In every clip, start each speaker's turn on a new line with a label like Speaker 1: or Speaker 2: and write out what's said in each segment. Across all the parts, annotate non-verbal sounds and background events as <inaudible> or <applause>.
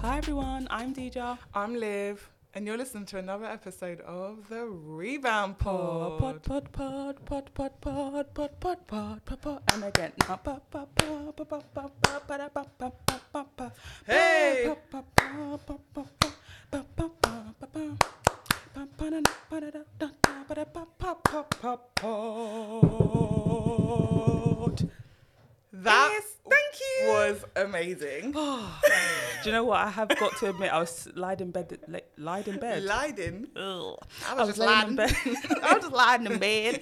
Speaker 1: Hi everyone, I'm Deja.
Speaker 2: I'm Liv, and you're listening to another episode of the Rebound
Speaker 1: Pod, pod,
Speaker 2: Pod.
Speaker 1: pod, pod, pod, pod, pod, pod, pod, pod, pod, pod, and again. Ah, pa, pa, pa, pa, pa, pa, pa, pa, da, pa, pa, pa, pa, pa.
Speaker 2: Hey!
Speaker 1: Pa, pa, pa, pa, pa, pa, pa, pa, pa, pa, pa. Pa, pa, da, da, pa, da, da, da, da, pa, da, pa, pa, pa, pa, pod.
Speaker 2: That
Speaker 1: Yes, thank you.
Speaker 2: was amazing.
Speaker 1: Do you know what? I have got to admit, I was lied in bed. li- Lied in bed.
Speaker 2: Leiden.
Speaker 1: Ugh.
Speaker 2: I
Speaker 1: I was,
Speaker 2: was just
Speaker 1: lying in
Speaker 2: lying.
Speaker 1: bed. <laughs> I was lying in
Speaker 2: <laughs>
Speaker 1: bed.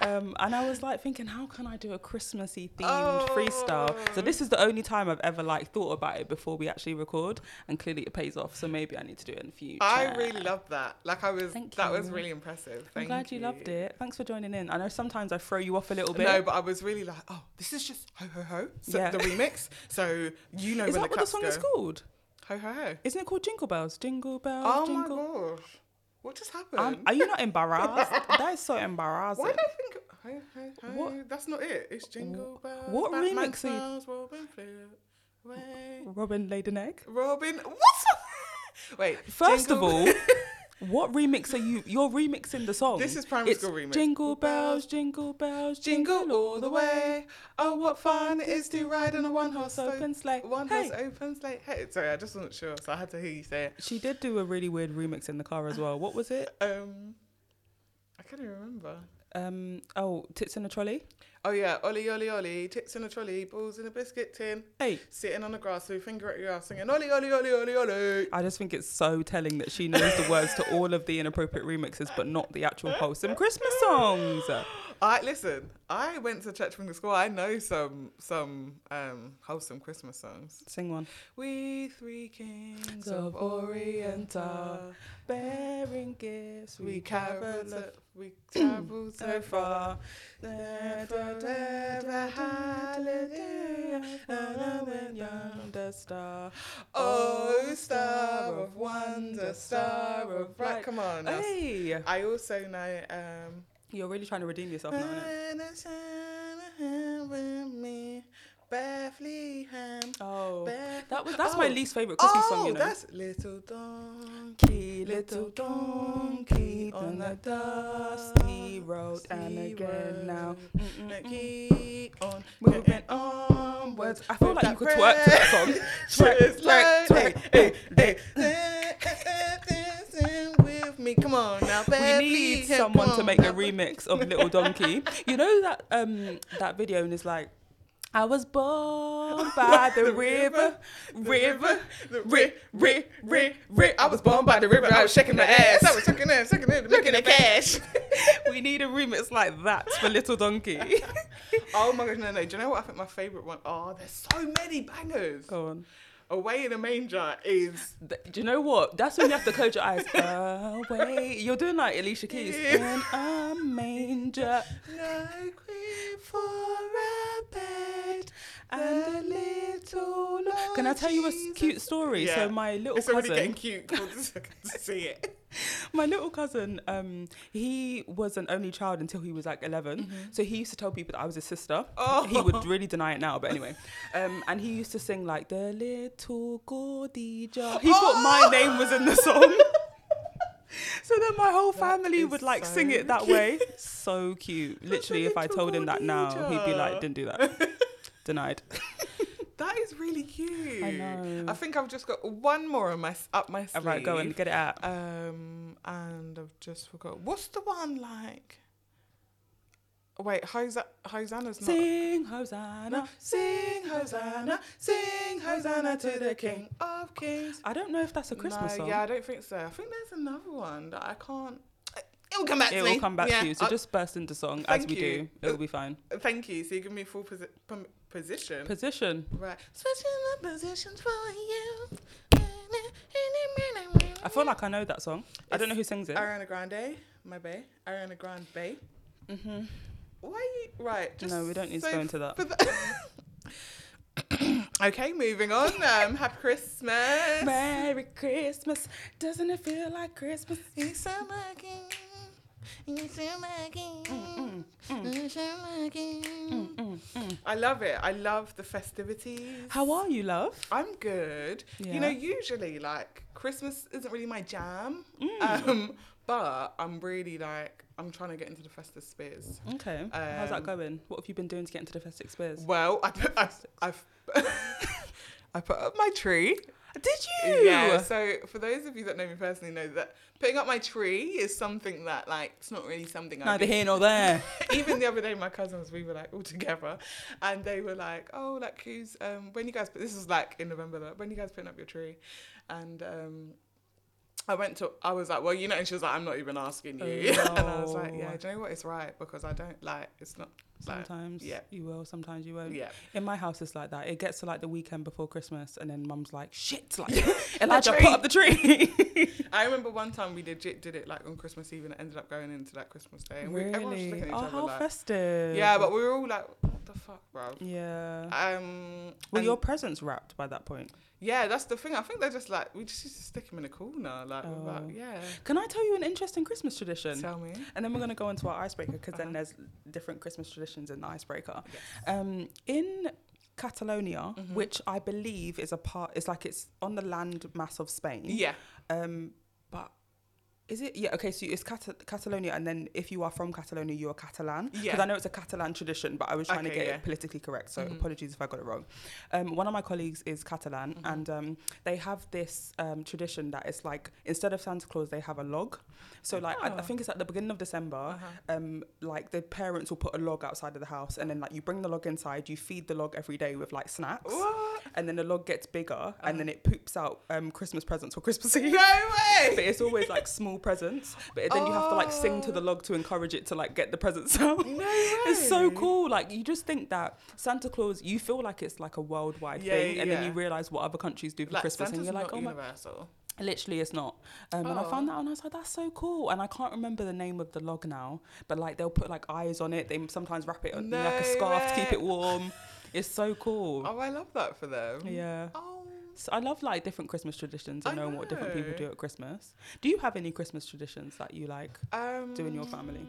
Speaker 1: Um, and I was like thinking, how can I do a Christmassy themed
Speaker 2: Oh.
Speaker 1: freestyle? So this is the only time I've ever like thought about it before we actually record, and clearly it pays off. So maybe I need to do it in the future.
Speaker 2: I really loved that. Like I was,
Speaker 1: Thank
Speaker 2: that was
Speaker 1: you.
Speaker 2: really impressive.
Speaker 1: I'm
Speaker 2: Thank
Speaker 1: glad you, loved it. Thanks for joining in. I know sometimes I throw you off a little bit.
Speaker 2: No, but I was really like, oh, this is just ho ho ho. So
Speaker 1: Yeah.
Speaker 2: the remix. So you know
Speaker 1: is
Speaker 2: when
Speaker 1: that what
Speaker 2: the
Speaker 1: the
Speaker 2: claps
Speaker 1: song
Speaker 2: go.
Speaker 1: is called?
Speaker 2: Ho ho ho.
Speaker 1: Isn't it called Jingle Bells? Jingle Bells.
Speaker 2: Oh my
Speaker 1: jingle.
Speaker 2: gosh, what just happened?
Speaker 1: Um, are you not embarrassed?
Speaker 2: <laughs>
Speaker 1: that is so embarrassing.
Speaker 2: Why do I think ho ho ho?
Speaker 1: What-
Speaker 2: That's not it. It's jingle bells.
Speaker 1: what
Speaker 2: Batman
Speaker 1: remix are you-
Speaker 2: smiles, Robin flew away.
Speaker 1: Robin laid an egg.
Speaker 2: Robin, what? <laughs> Wait.
Speaker 1: First
Speaker 2: jingle-
Speaker 1: of all,
Speaker 2: <laughs>
Speaker 1: what remix are you? You're remixing the song.
Speaker 2: This is primary school remix.
Speaker 1: Jingle bells, jingle bells,
Speaker 2: jingle all the way. Oh, what fun it is to ride on a one horse open.
Speaker 1: Open sleigh.
Speaker 2: One
Speaker 1: hey.
Speaker 2: horse open sleigh. Hey, sorry, I just wasn't sure, so I had to hear you say it.
Speaker 1: She did do a really weird remix in the car as well. What was it?
Speaker 2: Um, I can't even remember.
Speaker 1: Um, oh, tits in a trolley.
Speaker 2: Oh yeah, ollie ollie ollie, tits in a trolley, balls in a biscuit tin,
Speaker 1: Hey,
Speaker 2: sitting on the grass with your finger at your ass, singing ollie ollie ollie ollie ollie.
Speaker 1: I just think it's so telling that she knows the words to all of the inappropriate remixes, but not the actual wholesome Christmas songs.
Speaker 2: I listen. I went to church from the school. I know some some um, wholesome Christmas songs.
Speaker 1: Sing one.
Speaker 2: We three kings
Speaker 1: Of
Speaker 2: of Orient are,
Speaker 1: Bearing gifts,
Speaker 2: we travel <coughs> we travel <coughs> so far. Never, never, hallelujah, and when yonder
Speaker 1: star.
Speaker 2: Oh, star of wonder, star of bright. Come on. now.
Speaker 1: Hey,
Speaker 2: I also know. Um,
Speaker 1: you're really trying to redeem yourself now. Innit?
Speaker 2: When the sun with me, Bethlehem.
Speaker 1: Oh,
Speaker 2: Beth-
Speaker 1: that was that's my
Speaker 2: Oh.
Speaker 1: least favorite Christmas
Speaker 2: oh,
Speaker 1: song. You know.
Speaker 2: that's little donkey, little donkey on the dusty road,
Speaker 1: and again now.
Speaker 2: Mm, keep on
Speaker 1: Mm-hmm. Moving
Speaker 2: moving onwards.
Speaker 1: I feel
Speaker 2: with
Speaker 1: like you could
Speaker 2: that
Speaker 1: twerk to that
Speaker 2: <laughs> bread.
Speaker 1: song.
Speaker 2: Just
Speaker 1: twerk,
Speaker 2: like-
Speaker 1: twerk,
Speaker 2: hey, hey, hey. Dancing with me. Come on now,
Speaker 1: We
Speaker 2: Bethlehem.
Speaker 1: need
Speaker 2: Come
Speaker 1: someone to
Speaker 2: on
Speaker 1: make a
Speaker 2: now.
Speaker 1: remix of Little
Speaker 2: <laughs>
Speaker 1: Donkey. You know that um that video and it's like I was born by
Speaker 2: <laughs>
Speaker 1: the, river, river,
Speaker 2: the
Speaker 1: ri, ri, ri, ri.
Speaker 2: I was born by the river. I was shaking my ass. I was shaking ass, shaking it, looking at cash.
Speaker 1: We need a remix like that for Little Donkey.
Speaker 2: <laughs> oh my gosh, no, no. Do you know what I think my favourite one? Oh, there's so many bangers.
Speaker 1: Go on.
Speaker 2: Away in a manger is.
Speaker 1: Th- Do you know what? That's when you have to close your eyes. Away. You're doing like Alicia
Speaker 2: <laughs>
Speaker 1: Keys.
Speaker 2: Yeah.
Speaker 1: In a manger.
Speaker 2: No creep for a bed and a little Lord
Speaker 1: Can I tell you a s-
Speaker 2: Jesus.
Speaker 1: cute story?
Speaker 2: Yeah.
Speaker 1: So my little
Speaker 2: It's already
Speaker 1: cousin.
Speaker 2: getting cute. Hold on a second to see it.
Speaker 1: My little cousin, um, he was an only child until he was like 11. So he used to tell people that I was his sister.
Speaker 2: Mm-hmm. Oh.
Speaker 1: He would really deny it now, but anyway. Um, and he used to sing like, the little gaudy jar. He thought
Speaker 2: Oh.
Speaker 1: my name was in the song. <laughs> so then my whole family
Speaker 2: is
Speaker 1: would like
Speaker 2: so
Speaker 1: sing it that way. So cute. Literally, if I
Speaker 2: little
Speaker 1: told him that
Speaker 2: gaudy
Speaker 1: now, he'd be
Speaker 2: jar.
Speaker 1: like, didn't do
Speaker 2: <laughs>
Speaker 1: that. Denied.
Speaker 2: <laughs> That is really cute.
Speaker 1: know.
Speaker 2: I think I've just got one more on my s- up my
Speaker 1: All
Speaker 2: sleeve.
Speaker 1: right, go and get it out.
Speaker 2: Um, and I've just forgot. What's the one like? Wait, Hosa- Hosanna's not.
Speaker 1: Sing Hosanna.
Speaker 2: sing Hosanna, sing Hosanna to the King of Kings.
Speaker 1: I don't know if that's a Christmas
Speaker 2: no,
Speaker 1: song.
Speaker 2: Yeah, I don't think so. I think there's another one that I can't. It'll come back
Speaker 1: it
Speaker 2: to me.
Speaker 1: will come back
Speaker 2: Yeah,
Speaker 1: to you. So
Speaker 2: I'll-
Speaker 1: just burst into song as
Speaker 2: Thank
Speaker 1: we
Speaker 2: you.
Speaker 1: do. It will be fine.
Speaker 2: Thank you. So you give me full posi- pom- position.
Speaker 1: Position.
Speaker 2: right. Switching the positions for you.
Speaker 1: I feel like I know that song. I don't know who sings it.
Speaker 2: Ariana Grande, my bae. Ariana Grande.
Speaker 1: Mm-hmm.
Speaker 2: Why are you right? Just
Speaker 1: No, we don't need to
Speaker 2: so
Speaker 1: go into that.
Speaker 2: for the- <coughs> okay, moving on. Um, happy Christmas.
Speaker 1: Merry Christmas. Doesn't it feel like Christmas?
Speaker 2: You so lucky. You so lucky.
Speaker 1: Mm, mm,
Speaker 2: You so lucky.
Speaker 1: mm, mm.
Speaker 2: I love it. I love the festivities.
Speaker 1: How are you, love?
Speaker 2: I'm good. You know,
Speaker 1: Yeah.
Speaker 2: usually like Christmas isn't really my jam,
Speaker 1: Mm.
Speaker 2: um, but I'm really like I'm trying to get into the festive space.
Speaker 1: Okay. How's that
Speaker 2: Um,
Speaker 1: going? What have you been doing to get into the festive spares?
Speaker 2: Well, I put I've, I've <laughs> I put up my tree.
Speaker 1: Did
Speaker 2: Yeah. So for those of you that know me personally, know that putting up my tree is something that like it's not really something I
Speaker 1: Neither
Speaker 2: do.
Speaker 1: here nor <laughs> there.
Speaker 2: Even the other day, my cousins we were like all together, and they were like, "Oh, like who's um when you guys put this was like in November like, when you guys putting up your tree," and um. I went to, I was like, well, you know, and she was like, I'm not even asking you. <laughs>
Speaker 1: Oh,
Speaker 2: and I was like,
Speaker 1: no.
Speaker 2: yeah, do you know what? It's right because I don't like, it's not, like,
Speaker 1: Sometimes
Speaker 2: yeah.
Speaker 1: you will, sometimes you won't.
Speaker 2: yeah.
Speaker 1: In my house, it's like that. It gets to like the weekend before Christmas, and then mum's like, "Shit,
Speaker 2: <laughs>
Speaker 1: like <laughs>
Speaker 2: My
Speaker 1: Elijah, put
Speaker 2: tree."
Speaker 1: up the tree."
Speaker 2: I remember one time we legit did it like on Christmas Eve and it ended up going into like Christmas Day. And we, everyone was just looking at each
Speaker 1: Oh,
Speaker 2: other
Speaker 1: how
Speaker 2: like,
Speaker 1: festive.
Speaker 2: yeah, but we were all like, what the fuck, bro?
Speaker 1: yeah.
Speaker 2: Um,
Speaker 1: Were
Speaker 2: and-
Speaker 1: your presents wrapped by that point?
Speaker 2: yeah, that's the thing. I think they're just like, we just used to stick them in a corner. Like, we're
Speaker 1: Oh.
Speaker 2: like yeah.
Speaker 1: Can I tell you an interesting Christmas tradition?
Speaker 2: Tell me.
Speaker 1: and then we're going to go into our icebreaker because
Speaker 2: Uh-huh.
Speaker 1: then there's different Christmas traditions in the icebreaker. Um, in Catalonia,
Speaker 2: Mhm.
Speaker 1: which I believe is a part, it's like it's on the land mass of Spain.
Speaker 2: Yeah.
Speaker 1: Um, but is it? Yeah. Okay. So it's Cat- Catalonia, and then if you are from Catalonia, you are Catalan. Because
Speaker 2: Yeah.
Speaker 1: I know it's a Catalan tradition, but I was trying to
Speaker 2: Okay,
Speaker 1: get
Speaker 2: yeah.
Speaker 1: it politically correct. So
Speaker 2: Mhm.
Speaker 1: apologies if I got it wrong. Um, one of my colleagues is Catalan,
Speaker 2: Mhm.
Speaker 1: and um, they have this um, tradition that it's like instead of Santa Claus, they have a log. So like I, I
Speaker 2: Oh.
Speaker 1: think it's at the beginning of December
Speaker 2: Uh-huh.
Speaker 1: um like the parents will put a log outside of the house and then like you bring the log inside you feed the log every day with like snacks
Speaker 2: What? <laughs>
Speaker 1: and then the log gets bigger
Speaker 2: Uh-huh.
Speaker 1: and then it poops out um christmas presents for christmas
Speaker 2: No
Speaker 1: eve but
Speaker 2: way!
Speaker 1: it's always like small presents but then you have to like sing to
Speaker 2: Oh.
Speaker 1: the log to encourage it to like get the presents out <laughs>
Speaker 2: No way!
Speaker 1: it's so cool like you just think that santa claus you feel like it's like a worldwide
Speaker 2: Yeah,
Speaker 1: thing and then
Speaker 2: yeah.
Speaker 1: you realize what other countries do for
Speaker 2: Like,
Speaker 1: christmas and
Speaker 2: Santa's
Speaker 1: you're like
Speaker 2: not
Speaker 1: oh my
Speaker 2: universal.
Speaker 1: Literally, it's not. Um, And I found that,
Speaker 2: Oh.
Speaker 1: out and I was like, "That's so cool." And I can't remember the name of the log now, but like they'll put like eyes on it. They sometimes wrap it in like a
Speaker 2: No
Speaker 1: scarf to keep
Speaker 2: way.
Speaker 1: it warm. It's so
Speaker 2: <laughs>
Speaker 1: cool.
Speaker 2: Oh, I love that for them.
Speaker 1: Yeah.
Speaker 2: Oh.
Speaker 1: So I love like different Christmas traditions and
Speaker 2: I
Speaker 1: knowing what different people
Speaker 2: know.
Speaker 1: do at Christmas. Do you have any Christmas traditions that you like?
Speaker 2: Um,
Speaker 1: Do in your family?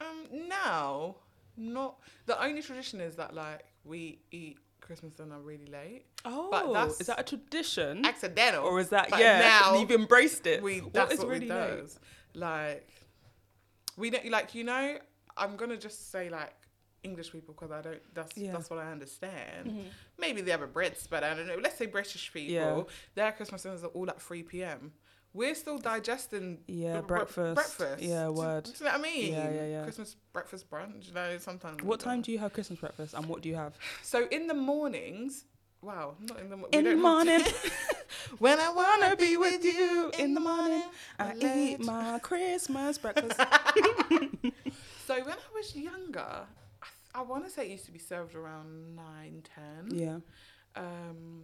Speaker 2: Um, now, not the only tradition is that like we eat Christmas dinner really late.
Speaker 1: Oh,
Speaker 2: that's-
Speaker 1: is that a tradition
Speaker 2: Accidental.
Speaker 1: Mm-hmm. or is that
Speaker 2: but
Speaker 1: yeah? <laughs>
Speaker 2: now
Speaker 1: you've embraced it.
Speaker 2: we
Speaker 1: What
Speaker 2: that's
Speaker 1: is
Speaker 2: what we
Speaker 1: late?
Speaker 2: does. Like we don't like you know. I'm gonna just say like English people because I don't. That's
Speaker 1: Yeah.
Speaker 2: that's what I understand.
Speaker 1: Mhm.
Speaker 2: Maybe the other Brits, but I don't know. Let's say British people.
Speaker 1: Yeah.
Speaker 2: Their Christmas dinners are all at 3 p.m. We're still digesting
Speaker 1: Yeah,
Speaker 2: the bre-
Speaker 1: breakfast.
Speaker 2: Breakfast. Mm-hmm.
Speaker 1: Yeah,
Speaker 2: Do-
Speaker 1: word.
Speaker 2: Do, you know what I mean?
Speaker 1: Yeah, yeah, yeah.
Speaker 2: Christmas breakfast brunch. You know, sometimes.
Speaker 1: What time do you have Christmas breakfast and what do you have?
Speaker 2: So in the mornings. Wow, not in the mo- we
Speaker 1: In the
Speaker 2: don't have-
Speaker 1: morning,
Speaker 2: <laughs> when I wanna be with you
Speaker 1: in the morning, <laughs> I eat
Speaker 2: love-
Speaker 1: my Christmas
Speaker 2: <laughs>
Speaker 1: breakfast.
Speaker 2: So when I was younger, I, th- I want to say it used to be served around nine ten.
Speaker 1: yeah.
Speaker 2: Um,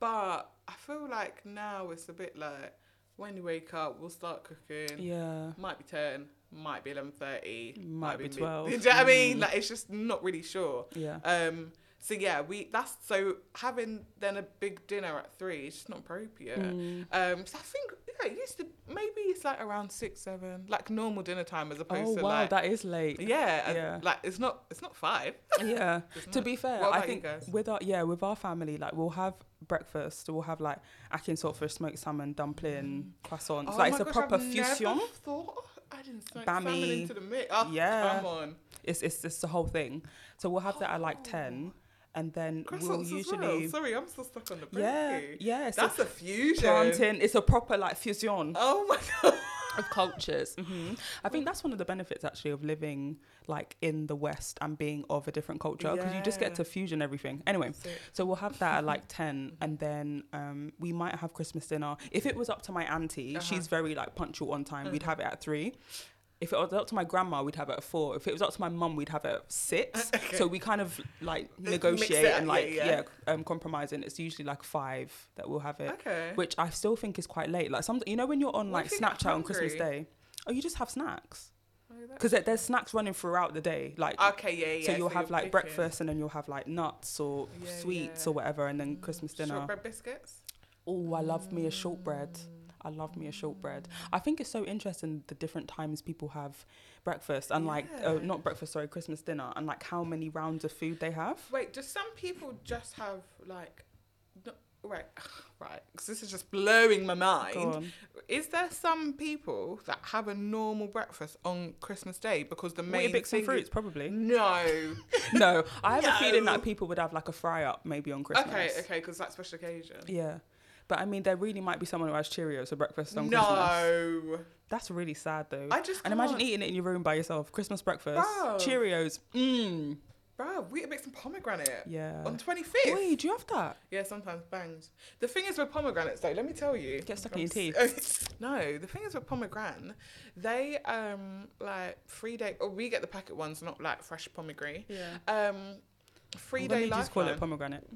Speaker 2: but I feel like now it's a bit like when you wake up, we'll start cooking.
Speaker 1: Yeah.
Speaker 2: Might be ten, might be eleven thirty,
Speaker 1: Might be
Speaker 2: mid-
Speaker 1: 12.
Speaker 2: <laughs> Do you know what I mean?
Speaker 1: Mm.
Speaker 2: Like it's just not really sure.
Speaker 1: Yeah.
Speaker 2: Um, so yeah, we that's so having then a big dinner at three is just not appropriate.
Speaker 1: Mm.
Speaker 2: Um, so I think yeah, it used to maybe it's like around six seven, like normal dinner time as opposed
Speaker 1: Oh
Speaker 2: to
Speaker 1: wow,
Speaker 2: like
Speaker 1: that is late.
Speaker 2: yeah, and,
Speaker 1: Yeah.
Speaker 2: like it's not it's not five.
Speaker 1: yeah.
Speaker 2: <laughs> It's
Speaker 1: To
Speaker 2: not.
Speaker 1: be fair,
Speaker 2: What
Speaker 1: I
Speaker 2: about you
Speaker 1: think
Speaker 2: guys?
Speaker 1: with our yeah with our family like we'll have breakfast. We'll have like ackee and saltfish, smoked salmon, dumpling, croissants.
Speaker 2: Oh
Speaker 1: like
Speaker 2: my
Speaker 1: it's a
Speaker 2: gosh,
Speaker 1: proper
Speaker 2: I've never
Speaker 1: fusion.
Speaker 2: thought I didn't smoke salmon
Speaker 1: Bami.
Speaker 2: into the mix. Oh,
Speaker 1: Yeah.
Speaker 2: come on.
Speaker 1: It's it's it's the whole thing. So we'll have that at like ten, and then
Speaker 2: Oh. Croissants
Speaker 1: we'll
Speaker 2: as
Speaker 1: usually
Speaker 2: well. Sorry, I'm still stuck on the bakery.
Speaker 1: yeah yeah. So
Speaker 2: That's a fusion.
Speaker 1: planting. It's a proper like fusion.
Speaker 2: Oh my <laughs> god.
Speaker 1: of cultures. hmm I think that's one of the benefits actually of living like in the West and being of a different culture because you just get
Speaker 2: Yeah.
Speaker 1: to fusion everything. Anyway, so we'll have that at
Speaker 2: <laughs>
Speaker 1: like 10 and then um, we might have Christmas dinner. If it was up to my auntie,
Speaker 2: Uh-huh.
Speaker 1: she's very like punctual on time, we'd
Speaker 2: Mhm.
Speaker 1: have it at 3. If it was up to my grandma, we'd have it at four. If it was up to my mum, we'd have it at six.
Speaker 2: <laughs> Okay.
Speaker 1: So we kind of like
Speaker 2: <laughs> Mix it
Speaker 1: negotiate
Speaker 2: up,
Speaker 1: and
Speaker 2: yeah,
Speaker 1: like yeah,
Speaker 2: yeah.
Speaker 1: um, compromise, and it's usually like five that we'll have it
Speaker 2: Okay.
Speaker 1: which I still think is quite late. Like some, you know, when you're on
Speaker 2: What
Speaker 1: like
Speaker 2: if you get
Speaker 1: Snapchat on Christmas
Speaker 2: hungry?
Speaker 1: Day, oh, you just have snacks
Speaker 2: Oh, that-
Speaker 1: because there's snacks running throughout the day. Like,
Speaker 2: okay, yeah, yeah.
Speaker 1: so you'll have
Speaker 2: you're
Speaker 1: like
Speaker 2: picking.
Speaker 1: breakfast and then you'll have like nuts or
Speaker 2: Yeah,
Speaker 1: sweets
Speaker 2: yeah.
Speaker 1: or whatever, and then
Speaker 2: Mm.
Speaker 1: Christmas dinner.
Speaker 2: Shortbread biscuits.
Speaker 1: Oh, I love me a shortbread. I love me a shortbread. I think it's so interesting the different times people have breakfast and like uh,
Speaker 2: Yeah.
Speaker 1: not breakfast, sorry, Christmas dinner and like how many rounds of food they have.
Speaker 2: Wait, do some people just have like, no, wait, right? <sighs> 'cause this is just blowing my mind.
Speaker 1: Go on.
Speaker 2: Is there some people that have a normal breakfast on Christmas Day because the main
Speaker 1: Weetabix and
Speaker 2: thing is-
Speaker 1: fruits,
Speaker 2: <laughs>
Speaker 1: probably.
Speaker 2: No.
Speaker 1: no, I have a feeling
Speaker 2: No.
Speaker 1: that people would have like a fry up maybe on <laughs> Christmas.
Speaker 2: okay, okay, because that's special occasion.
Speaker 1: Yeah. But I mean, there really might be someone who has Cheerios for breakfast on Christmas.
Speaker 2: no,
Speaker 1: That's really sad though.
Speaker 2: I just
Speaker 1: and imagine
Speaker 2: can't.
Speaker 1: eating it in your room by yourself. Christmas breakfast,
Speaker 2: Bro.
Speaker 1: Cheerios. Mmm.
Speaker 2: bro, Weetabix and pomegranate
Speaker 1: Yeah.
Speaker 2: on twenty fifth.
Speaker 1: Wait, do you have that?
Speaker 2: Yeah, sometimes bangs. The thing is with pomegranates, though, let me tell you.
Speaker 1: Get stuck in your
Speaker 2: I'm s- <laughs> no, the thing is with pomegranate, they um like free day. Or we get the packet ones, not like fresh pomegranate.
Speaker 1: Yeah.
Speaker 2: Um, free
Speaker 1: Why
Speaker 2: day
Speaker 1: don't you
Speaker 2: lifeline.
Speaker 1: just call it
Speaker 2: <laughs>
Speaker 1: pomegranate.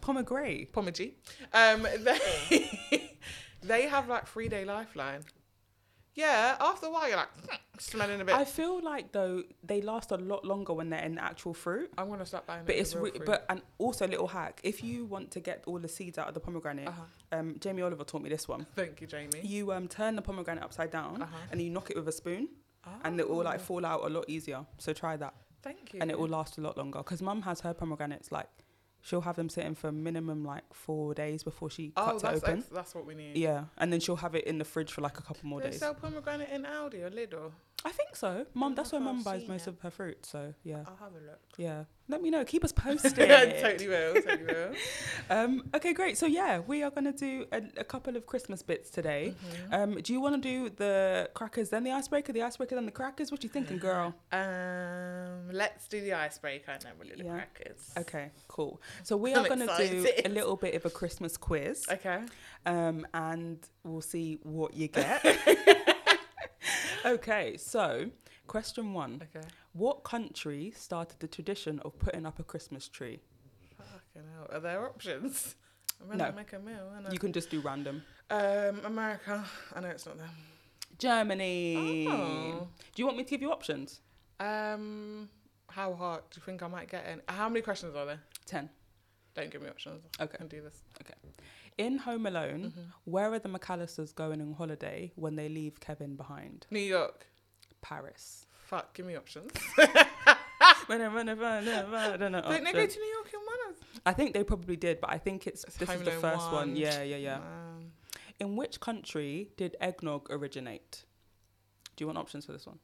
Speaker 1: Pomegranate.
Speaker 2: Pomegranate. Um, <laughs> they they have like free day lifeline. Yeah, after a while you're like "Hmm, smelling a bit.
Speaker 1: I feel like though they last a lot longer when they're in actual fruit.
Speaker 2: I'm gonna start buying.
Speaker 1: But
Speaker 2: it, the
Speaker 1: it's
Speaker 2: real
Speaker 1: re-
Speaker 2: fruit.
Speaker 1: but and also a little hack. If you want to get all the seeds out of the pomegranate,
Speaker 2: Uh-huh.
Speaker 1: um, Jamie Oliver taught me this one.
Speaker 2: Thank you, Jamie.
Speaker 1: You um, turn the pomegranate upside down
Speaker 2: Uh-huh.
Speaker 1: and you knock it with a spoon, and it will like
Speaker 2: Oh,
Speaker 1: fall out a lot easier. So try that,
Speaker 2: Thank you.
Speaker 1: and it will last a lot longer. Because Mum has her pomegranates like she'll have them sitting for minimum like four days before she
Speaker 2: Oh,
Speaker 1: cuts it
Speaker 2: that's
Speaker 1: open.
Speaker 2: ex- that's what we need.
Speaker 1: yeah, and then she'll have it in the fridge for like a couple more
Speaker 2: they
Speaker 1: days.
Speaker 2: sell pomegranate in Aldi or Lidl.
Speaker 1: I think so. Mum, that's where
Speaker 2: I've
Speaker 1: Mum buys
Speaker 2: seen
Speaker 1: most
Speaker 2: it. Oh,
Speaker 1: of her fruit. So yeah,
Speaker 2: I'll have
Speaker 1: <laughs>
Speaker 2: a look.
Speaker 1: yeah. Let me know. Keep
Speaker 2: <laughs>
Speaker 1: us posted.
Speaker 2: totally will. Totally will.
Speaker 1: <laughs> Um, okay, great. So yeah, we are gonna do a, a couple of Christmas bits today.
Speaker 2: Mm-hmm.
Speaker 1: Um, do you want to do the crackers, then the icebreaker, the icebreaker, then the crackers? What you thinking, girl?
Speaker 2: Um, let's do the icebreaker and then we'll do the
Speaker 1: Yeah.
Speaker 2: crackers.
Speaker 1: Okay, cool. So we
Speaker 2: I'm
Speaker 1: are gonna do a
Speaker 2: excited.
Speaker 1: little bit of a Christmas quiz,
Speaker 2: Okay.
Speaker 1: um, and we'll see what you <laughs> get. okay, so question one:
Speaker 2: Okay.
Speaker 1: What country started the tradition of putting up a Christmas tree?
Speaker 2: Fucking hell. Are there options? I'm gonna
Speaker 1: No.
Speaker 2: make a meal,
Speaker 1: You can just do random.
Speaker 2: Um, America. I know it's not them.
Speaker 1: Germany.
Speaker 2: Oh.
Speaker 1: Do you want me to give you options?
Speaker 2: Um, how hard do you think I might get in? How many questions are there?
Speaker 1: Ten.
Speaker 2: Don't give me options. I
Speaker 1: Okay.
Speaker 2: can do this.
Speaker 1: In Home Alone, where are the McAllisters going on holiday when they leave Kevin behind?
Speaker 2: New York.
Speaker 1: <laughs> Paris.
Speaker 2: Fuck. Give me options. <laughs>
Speaker 1: I don't know
Speaker 2: Don't they go
Speaker 1: options.
Speaker 2: to New York in one of?
Speaker 1: I think they probably did, but I think it's,
Speaker 2: It's
Speaker 1: this
Speaker 2: Home
Speaker 1: is the
Speaker 2: Alone
Speaker 1: first one.
Speaker 2: one.
Speaker 1: Yeah, yeah, yeah.
Speaker 2: Um,
Speaker 1: In which country did eggnog originate? Do you want options for this one?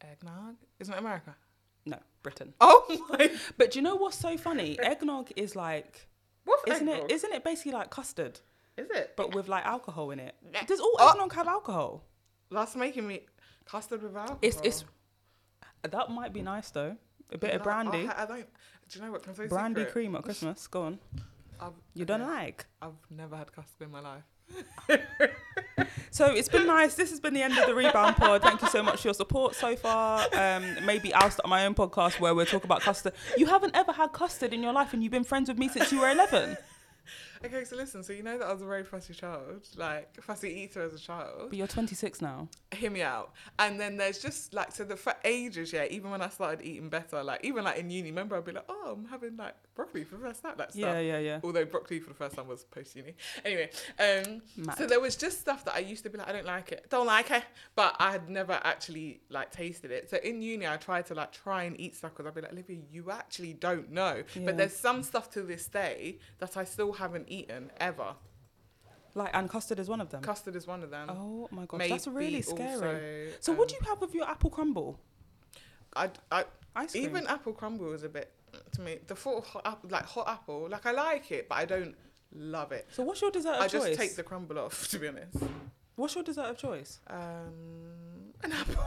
Speaker 2: eggnog. Isn't it America? <laughs>
Speaker 1: No, Britain.
Speaker 2: Oh
Speaker 1: <laughs>
Speaker 2: my.
Speaker 1: But do you know what's so funny?
Speaker 2: <laughs>
Speaker 1: Eggnog is like,
Speaker 2: What's
Speaker 1: isn't
Speaker 2: eggnog?
Speaker 1: it? Isn't it basically like custard,
Speaker 2: Is it?
Speaker 1: but with like alcohol in it?
Speaker 2: Yeah.
Speaker 1: Does all
Speaker 2: Oh.
Speaker 1: eggnog have alcohol?
Speaker 2: That's making me custard with alcohol.
Speaker 1: It's it's. That might be nice though. A bit of
Speaker 2: No,
Speaker 1: brandy.
Speaker 2: I, I don't. Do you know what? Can I say a
Speaker 1: brandy
Speaker 2: secret?
Speaker 1: cream at Christmas. Go on.
Speaker 2: I've,
Speaker 1: You don't
Speaker 2: okay,
Speaker 1: like.
Speaker 2: I've never had custard in my life.
Speaker 1: So it's been nice. This has been the end of the rebound pod. Thank you so much for your support so far. Um, maybe I'll start my own podcast where we'll talk about custard. You haven't ever had custard in your life, and you've been friends with me since you were eleven.
Speaker 2: Okay, so listen. So you know that I was a very fussy child, like fussy eater as a child.
Speaker 1: But you're 26 now.
Speaker 2: Hear me out. And then there's just like so the for ages, yeah. Even when I started eating better, like even like in uni, remember I'd be like, oh, I'm having like broccoli for the first time, like stuff.
Speaker 1: Yeah, yeah, yeah.
Speaker 2: Although broccoli for the first time was post uni. Anyway, um,
Speaker 1: Mad.
Speaker 2: so there was just stuff that I used to be like, I don't like it, don't like it, but I had never actually like tasted it. So in uni, I tried to like try and eat stuff because I'd be like, Olivia, you actually don't know.
Speaker 1: Yeah.
Speaker 2: But there's some stuff to this day that I still haven't eaten ever.
Speaker 1: Like, and custard is one of them.
Speaker 2: Custard is one of them.
Speaker 1: Um, Oh my gosh,
Speaker 2: Maybe
Speaker 1: that's really scary.
Speaker 2: also,
Speaker 1: so, what
Speaker 2: um,
Speaker 1: do you have with your apple crumble?
Speaker 2: I, I
Speaker 1: Ice cream.
Speaker 2: even apple crumble is a bit mm, to me. The thought of hot apple, like hot apple, like I like it, but I don't love it.
Speaker 1: so, what's your dessert of
Speaker 2: I
Speaker 1: choice?
Speaker 2: just take the crumble off, <laughs> to be honest.
Speaker 1: What's your dessert of choice?
Speaker 2: Um, <laughs> an apple,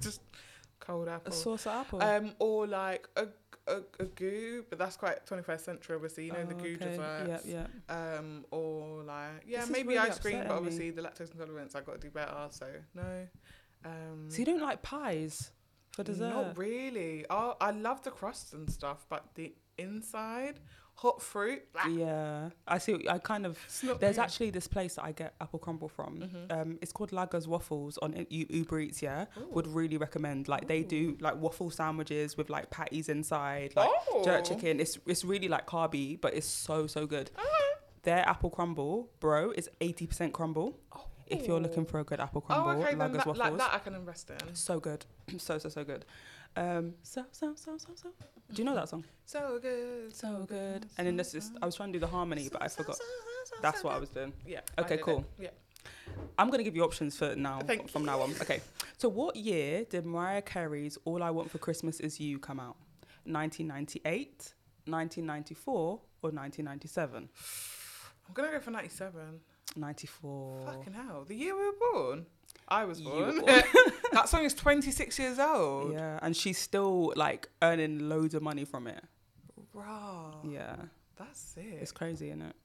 Speaker 2: just cold
Speaker 1: A
Speaker 2: apple.
Speaker 1: sauce of apple.
Speaker 2: Um, or like a, a, a goo, but that's quite 21st century, obviously. You know the
Speaker 1: Oh,
Speaker 2: goo
Speaker 1: okay.
Speaker 2: desserts.
Speaker 1: Yeah, yeah.
Speaker 2: Um, or like yeah,
Speaker 1: This is
Speaker 2: maybe
Speaker 1: really
Speaker 2: ice cream, but
Speaker 1: upsetting
Speaker 2: obviously
Speaker 1: me.
Speaker 2: the lactose intolerance, I got to do better. So no. Um,
Speaker 1: So you don't like pies for dessert?
Speaker 2: Not really. I, I love the crust and stuff, but the inside, hot fruit. blah,
Speaker 1: yeah, I see. I kind of.
Speaker 2: It's not Mm-hmm.
Speaker 1: There's
Speaker 2: me.
Speaker 1: actually this place that I get apple crumble from. Um, it's called Lagos Waffles on I- U- Uber Eats. Yeah, um, would really recommend. Like they do like waffle sandwiches with like patties inside, like jerk
Speaker 2: Oh. Ah.
Speaker 1: chicken. It's it's really like carby, but it's so so good.
Speaker 2: Alright.
Speaker 1: their apple crumble, bro, is 80% crumble. If you're looking for a good apple crumble,
Speaker 2: oh, okay, then
Speaker 1: Lagos
Speaker 2: that,
Speaker 1: waffles.
Speaker 2: like that I can invest in.
Speaker 1: So good. <clears throat> So, so, so good. Um, so, so, so, so, so. Do you know that song?
Speaker 2: So good.
Speaker 1: So good. And then this is, I was trying to do the harmony, but I forgot. That's what I was doing.
Speaker 2: Yeah. I
Speaker 1: Okay,
Speaker 2: did it.
Speaker 1: cool.
Speaker 2: Yeah.
Speaker 1: I'm going to give you options for now,
Speaker 2: Thank
Speaker 1: from now on. Okay. So, what year did Mariah Carey's All I Want for Christmas Is You come out? 1998, 1994, or 1997?
Speaker 2: I'm gonna go for 97.
Speaker 1: 94.
Speaker 2: Fucking hell, the year we were born. I was
Speaker 1: Oh. You were
Speaker 2: <laughs> born. that song is 26 years old.
Speaker 1: Yeah, and she's still like earning loads of money from it.
Speaker 2: Bruh,
Speaker 1: Yeah,
Speaker 2: that's it.
Speaker 1: it's crazy, isn't it?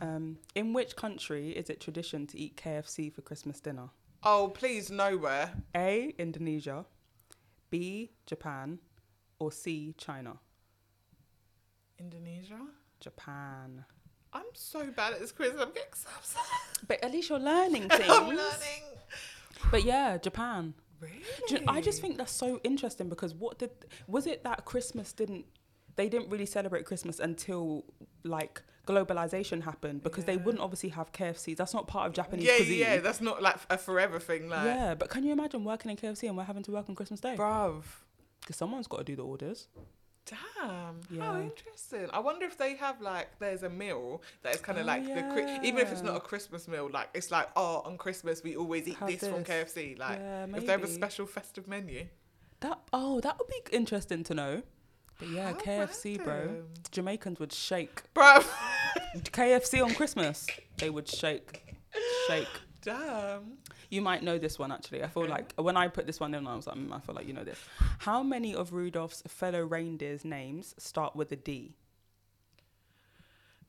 Speaker 2: Damn.
Speaker 1: Um, in which country is it tradition to eat KFC for Christmas dinner?
Speaker 2: Oh, please, nowhere.
Speaker 1: A. Indonesia, B. Japan, or C. China?
Speaker 2: Indonesia.
Speaker 1: Japan.
Speaker 2: I'm so bad at this quiz. I'm getting so upset. <laughs>
Speaker 1: But at least you're learning things.
Speaker 2: I'm learning.
Speaker 1: But yeah, Japan.
Speaker 2: Really?
Speaker 1: Do you- I just think that's so interesting because what did was it that Christmas didn't they didn't really celebrate Christmas until like globalization happened because they
Speaker 2: Yeah.
Speaker 1: wouldn't obviously have KFC. That's not part of Japanese
Speaker 2: Yeah,
Speaker 1: cuisine.
Speaker 2: yeah, yeah. That's not like a forever thing. Like,
Speaker 1: yeah, but can you imagine working in KFC and we're having to work on Christmas Day?
Speaker 2: bruv.
Speaker 1: Because someone's got to do the orders.
Speaker 2: Damn. How
Speaker 1: Yeah.
Speaker 2: interesting. I wonder if they have like there's a meal that is kind of
Speaker 1: Oh,
Speaker 2: like the cri- even if it's not
Speaker 1: yeah.
Speaker 2: a Christmas meal, like it's like oh on Christmas we always eat
Speaker 1: Have
Speaker 2: this, from
Speaker 1: this.
Speaker 2: KFC. Like
Speaker 1: yeah,
Speaker 2: if they have a special festive menu.
Speaker 1: that oh, that would be interesting to know. But yeah,
Speaker 2: How
Speaker 1: KFC, bro.
Speaker 2: random.
Speaker 1: Jamaicans would shake.
Speaker 2: Bruv. <laughs>
Speaker 1: KFC on Christmas, they would shake, shake.
Speaker 2: Damn.
Speaker 1: You might know this one actually. I feel
Speaker 2: Okay.
Speaker 1: like when I put this one in, I was like, mm, I feel like you know this. How many of Rudolph's fellow reindeers' names start with a D?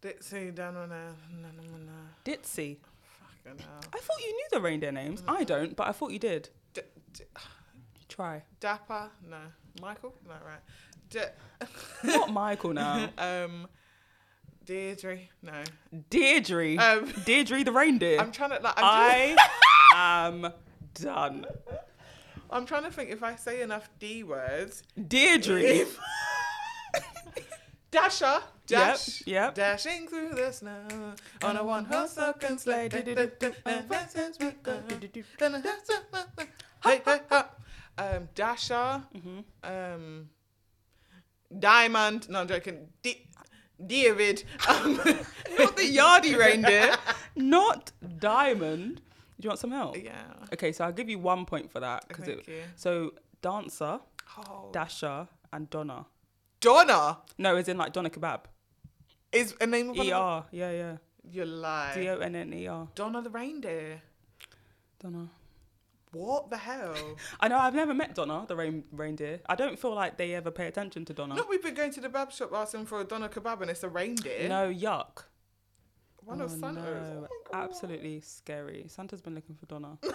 Speaker 2: Ditsy down on a na na na na.
Speaker 1: Ditsy.
Speaker 2: Fucking hell.
Speaker 1: I thought you knew the reindeer names. I don't, but I thought you did.
Speaker 2: D- d-
Speaker 1: Try.
Speaker 2: Dapper? No. Michael? No, right. D- <laughs>
Speaker 1: Not Michael now.
Speaker 2: um, Deirdre? No.
Speaker 1: Deirdre.
Speaker 2: Um,
Speaker 1: Deirdre the reindeer.
Speaker 2: I'm trying to like. I'm, trying, <laughs>
Speaker 1: I am done.
Speaker 2: I'm trying to think if I say enough D words.
Speaker 1: Deirdre.
Speaker 2: If- <laughs> Dasher, dash,
Speaker 1: yep.
Speaker 2: dashing through the snow on a one-horse open sleigh. Hey, hey, ha. Um, Dasher,
Speaker 1: Mm-hmm.
Speaker 2: um, Diamond. No, I'm joking. D- David. Um,
Speaker 1: <laughs>
Speaker 2: <laughs>
Speaker 1: Not the <laughs> Yardie reindeer. Not Diamond. Do you want some help?
Speaker 2: yeah.
Speaker 1: Okay, so I'll give you one point for that. because
Speaker 2: Thank
Speaker 1: it.
Speaker 2: you.
Speaker 1: So Dancer,
Speaker 2: Oh.
Speaker 1: Dasher, and Donna.
Speaker 2: Donna
Speaker 1: No, it's in like Donna Kebab.
Speaker 2: is a name of one
Speaker 1: E
Speaker 2: of the-
Speaker 1: R. Yeah, yeah.
Speaker 2: You're lying.
Speaker 1: D O N N E R.
Speaker 2: Donna the reindeer.
Speaker 1: Donna.
Speaker 2: What the hell?
Speaker 1: I know. I've never met Donna, the rein- reindeer. I don't feel like they ever pay attention to Donna.
Speaker 2: Look, we've been going to the bab shop asking for a doner kebab and it's a reindeer.
Speaker 1: No, yuck.
Speaker 2: One of
Speaker 1: Oh,
Speaker 2: Santa's.
Speaker 1: no.
Speaker 2: Oh my God.
Speaker 1: Absolutely scary. Santa's been looking for Donna.
Speaker 2: <laughs>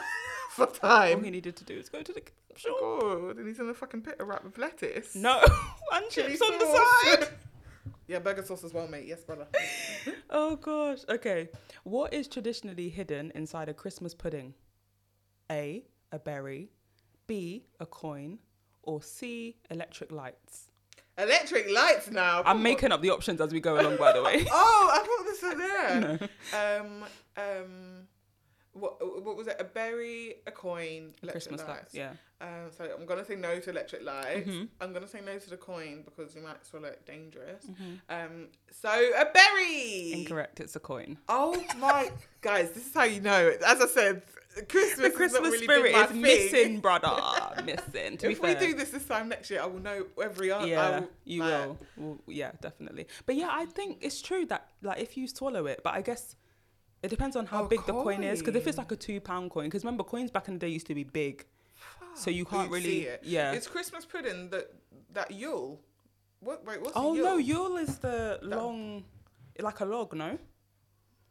Speaker 2: For
Speaker 1: All
Speaker 2: time.
Speaker 1: he needed to do is go to the kebab shop.
Speaker 2: Oh, God. And he's in a fucking pit of wrap with lettuce.
Speaker 1: No, <laughs> and
Speaker 2: Chili
Speaker 1: chips on the
Speaker 2: sauce.
Speaker 1: side.
Speaker 2: <laughs> Yeah, burger sauce as well, mate. Yes, brother.
Speaker 1: Oh gosh. Okay. What is traditionally hidden inside a Christmas pudding? A. A berry. B. A coin. Or C. Electric lights.
Speaker 2: Electric lights now.
Speaker 1: I'm making up the options as we go along, by the
Speaker 2: <laughs>
Speaker 1: way.
Speaker 2: Oh, I thought this was
Speaker 1: <laughs>
Speaker 2: there. Um, um, what, what was it? A berry, a coin, electric
Speaker 1: Christmas lights.
Speaker 2: lights.
Speaker 1: Yeah.
Speaker 2: Um, so I'm gonna say no to electric lights.
Speaker 1: Mhm.
Speaker 2: I'm gonna say no to the coin because you might swallow it dangerous.
Speaker 1: Mhm.
Speaker 2: Um, so a berry.
Speaker 1: Incorrect. It's a coin.
Speaker 2: Oh my guys, this is how you know. As I said, Christmas.
Speaker 1: The
Speaker 2: has
Speaker 1: Christmas
Speaker 2: not really been
Speaker 1: spirit
Speaker 2: my
Speaker 1: is
Speaker 2: thing.
Speaker 1: missing,
Speaker 2: <laughs>
Speaker 1: brother. missing. To be
Speaker 2: If we
Speaker 1: fair.
Speaker 2: do this this time next year, I will know every answer.
Speaker 1: yeah,
Speaker 2: I will,
Speaker 1: you
Speaker 2: like-
Speaker 1: will. Well, yeah, definitely. But yeah, I think it's true that like if you swallow it, but I guess it depends on how
Speaker 2: Oh,
Speaker 1: big the coin is. Because if it's
Speaker 2: coin.
Speaker 1: like a two pound coin, because remember coins back in the day used to be big. So you
Speaker 2: Fuck,
Speaker 1: can't
Speaker 2: you'd see
Speaker 1: really-
Speaker 2: it.
Speaker 1: yeah.
Speaker 2: It's Christmas pudding that that Yule. What? Wait, what's a
Speaker 1: Oh no,
Speaker 2: Yule?
Speaker 1: Yule is the long, like a log, no?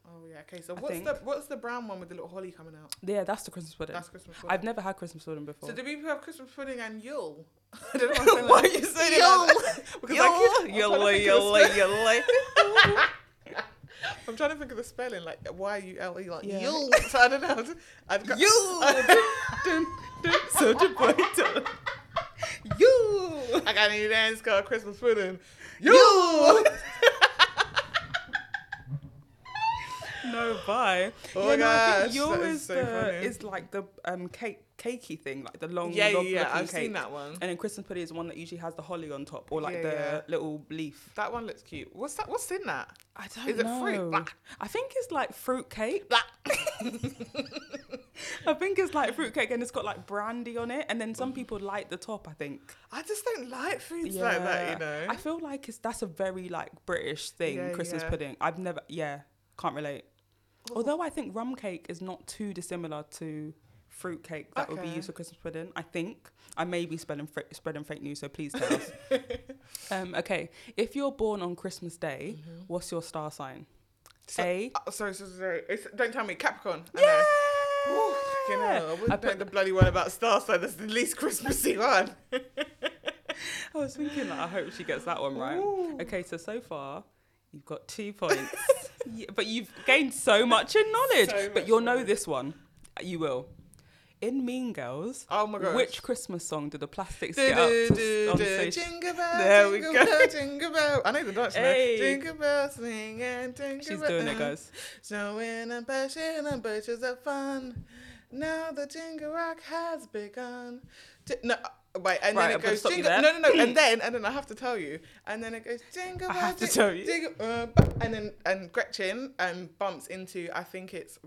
Speaker 2: Oh yeah. Okay. So
Speaker 1: I
Speaker 2: what's
Speaker 1: think.
Speaker 2: the what's the brown one with the little holly coming out?
Speaker 1: Yeah, that's the Christmas pudding.
Speaker 2: That's Christmas pudding.
Speaker 1: I've never had Christmas pudding before. <laughs>
Speaker 2: So do people have Christmas pudding and Yule? <laughs> I don't know why I'm saying
Speaker 1: you
Speaker 2: saying it
Speaker 1: <laughs>
Speaker 2: like Because I keep- I'm trying to think
Speaker 1: Yule,
Speaker 2: of the
Speaker 1: Yule.
Speaker 2: that. <laughs> I'm trying to think of the spelling, like Y U L E, like
Speaker 1: Yeah.
Speaker 2: Yule. <laughs> So I don't know. how to- I've <laughs> got
Speaker 1: Dun, dun, so disappointed.
Speaker 2: <laughs>
Speaker 1: Yule.
Speaker 2: I got
Speaker 1: <laughs>
Speaker 2: a new dance called Christmas pudding.
Speaker 1: Yule. no, bye. yeah,
Speaker 2: Oh
Speaker 1: no,
Speaker 2: my
Speaker 1: I think
Speaker 2: gosh, that
Speaker 1: yours
Speaker 2: is
Speaker 1: is,
Speaker 2: so
Speaker 1: the,
Speaker 2: funny.
Speaker 1: is like the um cake cakey thing, like the long,
Speaker 2: yeah, yeah,
Speaker 1: long
Speaker 2: yeah.
Speaker 1: looking
Speaker 2: I've
Speaker 1: cake.
Speaker 2: seen that one.
Speaker 1: And then Christmas pudding is one that usually has the holly on top or like
Speaker 2: Yeah,
Speaker 1: the
Speaker 2: yeah.
Speaker 1: little leaf.
Speaker 2: That one looks cute. What's that? What's in that?
Speaker 1: I don't
Speaker 2: Is it
Speaker 1: know.
Speaker 2: fruit? Blah.
Speaker 1: I think it's like fruit cake. <laughs> I think it's like fruit cake and it's got like brandy on it. And then some people like the top, I think.
Speaker 2: I just don't like foods like that. You know.
Speaker 1: I feel like it's that's a very like British thing,
Speaker 2: Yeah,
Speaker 1: Christmas
Speaker 2: yeah.
Speaker 1: pudding. I've never yeah, can't relate. Although I think rum cake is not too dissimilar to fruit cake that would be
Speaker 2: Okay.
Speaker 1: used for Christmas pudding. I think I may be spreading fr- spreading fake news, so please tell
Speaker 2: <laughs>
Speaker 1: us. um, okay, if you're born on Christmas Day, what's your star sign?
Speaker 2: Mm-hmm. So-
Speaker 1: A.
Speaker 2: Oh, sorry, sorry, sorry. It's, don't tell me Capricorn. I know.
Speaker 1: Yeah.
Speaker 2: Ooh, you know, I wouldn't
Speaker 1: I
Speaker 2: I
Speaker 1: put-
Speaker 2: the bloody one about star sign. That's the least Christmassy <laughs> one.
Speaker 1: <laughs> I was thinking that I hope she gets that one right.
Speaker 2: Ooh.
Speaker 1: Okay, so so far you've got <laughs> two points, Yeah, but you've gained <laughs> so much in knowledge.
Speaker 2: So
Speaker 1: but
Speaker 2: much
Speaker 1: you'll know
Speaker 2: knowledge.
Speaker 1: this one. You will. In Mean Girls,
Speaker 2: Oh my gosh.
Speaker 1: which Christmas song did the Plastics
Speaker 2: Do,
Speaker 1: get up
Speaker 2: do,
Speaker 1: to
Speaker 2: do,
Speaker 1: s- on
Speaker 2: do,
Speaker 1: stage?
Speaker 2: Jingle bell,
Speaker 1: There we
Speaker 2: jingle
Speaker 1: go.
Speaker 2: bell, jingle bell. I know the dance
Speaker 1: Hey.
Speaker 2: now. Jingle bell, sing and jingle
Speaker 1: She's
Speaker 2: bell.
Speaker 1: doing it, guys.
Speaker 2: Snowing and bashing and bushes of fun. Now the jingle rock has begun. J- no, uh, wait, and
Speaker 1: Right,
Speaker 2: then
Speaker 1: I'm
Speaker 2: it
Speaker 1: gonna
Speaker 2: goes
Speaker 1: stop you there.
Speaker 2: jingle. No, no,
Speaker 1: <clears throat>
Speaker 2: no, and then and then I have to tell you, and then it goes jingle.
Speaker 1: I
Speaker 2: bell,
Speaker 1: have to
Speaker 2: jing-
Speaker 1: tell you.
Speaker 2: Jingle, uh, bu- and then and Gretchen um bumps into I think it's.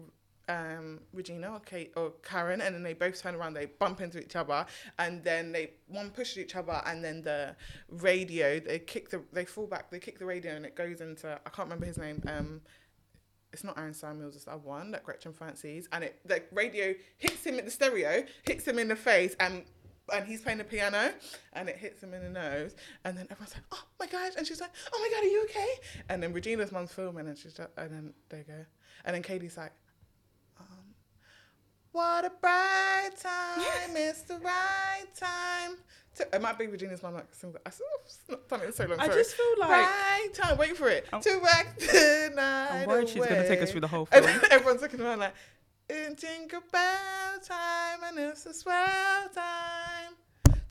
Speaker 2: Um, Regina or Kate or Karen, and then they both turn around, they bump into each other, and then they one pushes each other, and then the radio they kick the they fall back, they kick the radio, and it goes into I can't remember his name. Um, it's not Aaron Samuels, it's that one that Gretchen fancies, and it the radio hits him at the stereo, hits him in the face, and and he's playing the piano, and it hits him in the nose, and then everyone's like, "Oh my gosh!" and she's like, "Oh my god, are you okay?" And then Regina's mum's filming, and she's just, and then they go, and then Katie's like, um, "What a bright
Speaker 1: <laughs>
Speaker 2: time! it's the right time." To, it might be Regina's mum like sings. that. I said, "Oh, it's not done it in so long.
Speaker 1: I
Speaker 2: sorry."
Speaker 1: just feel like
Speaker 2: right time. Wait for it.
Speaker 1: I'm-
Speaker 2: to rock the night
Speaker 1: I'm worried Oh. she's going to take us
Speaker 2: away.
Speaker 1: through the
Speaker 2: <laughs>
Speaker 1: whole
Speaker 2: And
Speaker 1: film.
Speaker 2: everyone's looking around like, in jingle bell time, and it's a swell time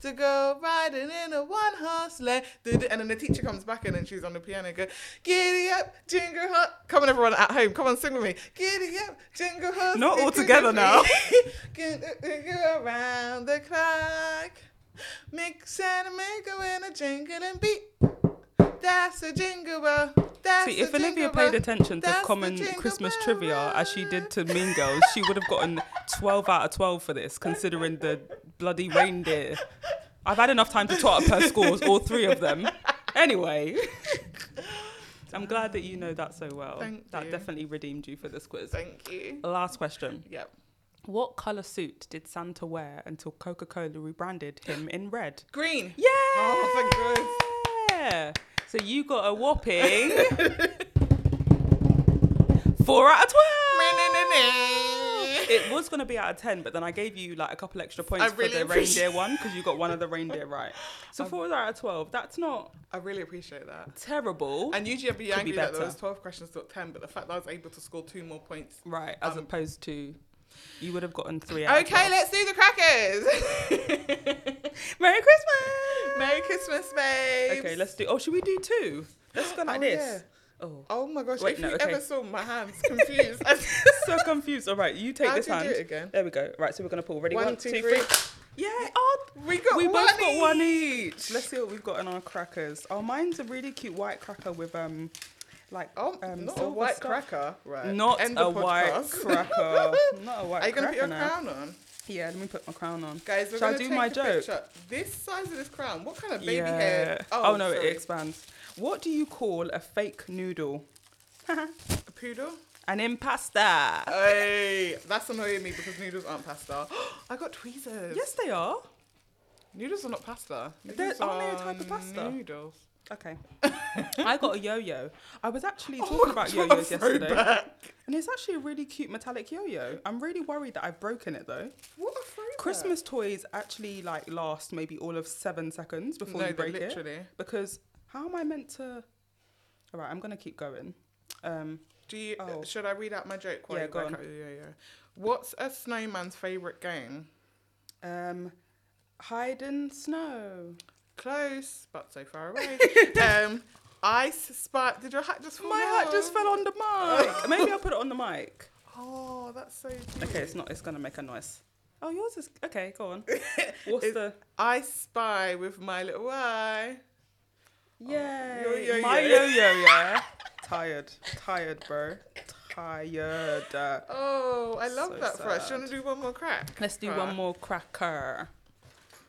Speaker 2: to go riding in a one horse sleigh. Du- du- And then the teacher comes back in and she's on the piano, go, giddy up, jingle hop. Come on, everyone at home, come on, sing with me. Giddy up, jingle hop.
Speaker 1: Not all together
Speaker 2: <laughs>
Speaker 1: now.
Speaker 2: go around the clock. Mix and make a win a jingle and beat. That's a jingle bell. That's
Speaker 1: See,
Speaker 2: a
Speaker 1: if Olivia
Speaker 2: jingle
Speaker 1: paid
Speaker 2: bell.
Speaker 1: attention to
Speaker 2: That's the
Speaker 1: common
Speaker 2: jingle
Speaker 1: Christmas
Speaker 2: bell
Speaker 1: trivia as she did to Mean Girls, she would have gotten 12 out of 12 for this, considering the bloody reindeer. I've had enough time to tot up her scores, all three of them. Anyway, I'm glad that you know that so well.
Speaker 2: Thank
Speaker 1: that
Speaker 2: you.
Speaker 1: definitely redeemed you for this quiz.
Speaker 2: Thank you.
Speaker 1: Last question.
Speaker 2: Yep.
Speaker 1: What colour suit did Santa wear until Coca Cola rebranded him in red? <laughs>
Speaker 2: Green.
Speaker 1: Yeah!
Speaker 2: Oh, thank goodness.
Speaker 1: Yeah. So you got a whopping four out of twelve. It was gonna be out of ten, but then I gave you like a couple extra points
Speaker 2: I really
Speaker 1: for the
Speaker 2: appreciate- Um,
Speaker 1: reindeer one because you got one of the reindeer right.
Speaker 2: <laughs>
Speaker 1: So four out of twelve. That's not
Speaker 2: I really appreciate that.
Speaker 1: terrible,
Speaker 2: And usually I'd be angry that there
Speaker 1: better.
Speaker 2: was 12 questions, not 10, but the fact that I was able to score two more points.
Speaker 1: right? As
Speaker 2: um,
Speaker 1: opposed to you would have gotten three. Out of
Speaker 2: Okay,
Speaker 1: 12.
Speaker 2: let's do the
Speaker 1: <laughs>
Speaker 2: crackers.
Speaker 1: Merry Christmas.
Speaker 2: Merry Christmas, babes.
Speaker 1: Okay, let's do. Oh, should we do two? Let's go like
Speaker 2: Oh,
Speaker 1: this. Oh,
Speaker 2: Oh my gosh,
Speaker 1: Wait,
Speaker 2: if
Speaker 1: no,
Speaker 2: you
Speaker 1: okay.
Speaker 2: ever saw my hands
Speaker 1: <laughs>
Speaker 2: confused.
Speaker 1: so confused. All right, you take
Speaker 2: Oh. How
Speaker 1: this
Speaker 2: do you do
Speaker 1: hand.
Speaker 2: it again?
Speaker 1: There we go. Right, so we're gonna pull. Ready?
Speaker 2: One,
Speaker 1: One,
Speaker 2: two,
Speaker 1: two,
Speaker 2: three.
Speaker 1: Yeah. Oh,
Speaker 2: We got
Speaker 1: we
Speaker 2: one
Speaker 1: both got one
Speaker 2: each.
Speaker 1: each. Let's see what we've got in our crackers. Oh, mine's a really cute white cracker with um, like
Speaker 2: Oh,
Speaker 1: um,
Speaker 2: not a
Speaker 1: silver
Speaker 2: white
Speaker 1: stuff.
Speaker 2: cracker. Right.
Speaker 1: Not
Speaker 2: End
Speaker 1: a
Speaker 2: the <laughs>
Speaker 1: white
Speaker 2: podcast.
Speaker 1: cracker. Not a white
Speaker 2: Are you going to
Speaker 1: cracker
Speaker 2: put your
Speaker 1: now.
Speaker 2: crown on?
Speaker 1: Yeah, let me put my crown on.
Speaker 2: Guys, we're
Speaker 1: Shall I
Speaker 2: going to
Speaker 1: do
Speaker 2: take
Speaker 1: my
Speaker 2: a
Speaker 1: joke?
Speaker 2: picture. This size of this crown, what kind of baby
Speaker 1: yeah.
Speaker 2: hair?
Speaker 1: Oh, no,
Speaker 2: sorry.
Speaker 1: it expands. What do you call a fake noodle?
Speaker 2: A poodle?
Speaker 1: An impasta.
Speaker 2: Oh, Hey, that's annoying me because noodles aren't pasta. <gasps> I got tweezers.
Speaker 1: yes, they are.
Speaker 2: Noodles are not pasta.
Speaker 1: They're-
Speaker 2: Noodles
Speaker 1: aren't they a type of
Speaker 2: are
Speaker 1: pasta?
Speaker 2: Noodles.
Speaker 1: Okay.
Speaker 2: <laughs>
Speaker 1: I got a yo-yo. I was actually talking
Speaker 2: <laughs> my
Speaker 1: about
Speaker 2: God, I'm
Speaker 1: yo-yos
Speaker 2: Oh, so
Speaker 1: yesterday.
Speaker 2: back.
Speaker 1: And it's actually a really cute metallic yo-yo. I'm really worried that I've broken it though.
Speaker 2: What a throwback.
Speaker 1: Christmas toys actually like last maybe all of seven seconds before
Speaker 2: No,
Speaker 1: you
Speaker 2: they
Speaker 1: break it.
Speaker 2: literally.
Speaker 1: Because how am I meant to? All right, I'm gonna keep going. Um,
Speaker 2: Do you?
Speaker 1: Oh.
Speaker 2: Should I read out my joke? while
Speaker 1: Yeah,
Speaker 2: you
Speaker 1: go
Speaker 2: work
Speaker 1: on.
Speaker 2: out your yo-yo? What's a snowman's favorite game?
Speaker 1: um, hide in snow. <laughs>
Speaker 2: Close, but so far away. um, Ice spark. Did your hat just fall
Speaker 1: My hat just
Speaker 2: down?
Speaker 1: fell on the mic. <laughs> Maybe I'll put it on the mic.
Speaker 2: Oh, that's so cute.
Speaker 1: Okay, it's not. It's gonna make a noise. Oh, yours is okay. Go <laughs> on. What's
Speaker 2: It's-
Speaker 1: the
Speaker 2: I spy with my little eye.
Speaker 1: yeah?
Speaker 2: yo-yo,
Speaker 1: My
Speaker 2: yeah.
Speaker 1: Oh, yo yo yeah. tired, tired, bro. Tired.
Speaker 2: Oh, I love
Speaker 1: So
Speaker 2: that for us. Do
Speaker 1: sad.
Speaker 2: you want to do one more crack?
Speaker 1: Let's do
Speaker 2: Crack.
Speaker 1: one more cracker.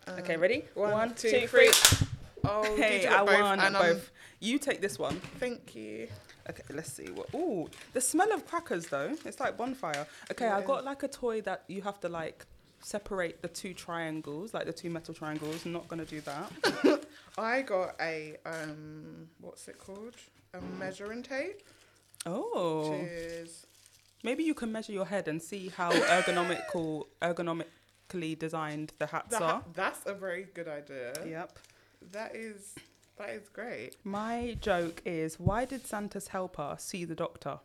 Speaker 2: Um,
Speaker 1: Okay, ready?
Speaker 2: One,
Speaker 1: One,
Speaker 2: two,
Speaker 1: two,
Speaker 2: three.
Speaker 1: three.
Speaker 2: Oh, did
Speaker 1: Hey,
Speaker 2: you
Speaker 1: I
Speaker 2: get both?
Speaker 1: won
Speaker 2: And, um,
Speaker 1: both. You take this one.
Speaker 2: Thank you.
Speaker 1: Okay, let's see what. Ooh, the smell of crackers though. It's like bonfire. Okay, I
Speaker 2: Yeah.
Speaker 1: got like a toy that you have to like separate the two triangles, like the two metal triangles. not gonna do that.
Speaker 2: I got a um, what's it called? A measuring tape.
Speaker 1: Oh,
Speaker 2: Which is
Speaker 1: maybe you can measure your head and see how ergonomical, ergonomically designed the hats
Speaker 2: that,
Speaker 1: are.
Speaker 2: that's a very good idea.
Speaker 1: Yep.
Speaker 2: That is that is great.
Speaker 1: My joke is, why did Santa's helper see the doctor?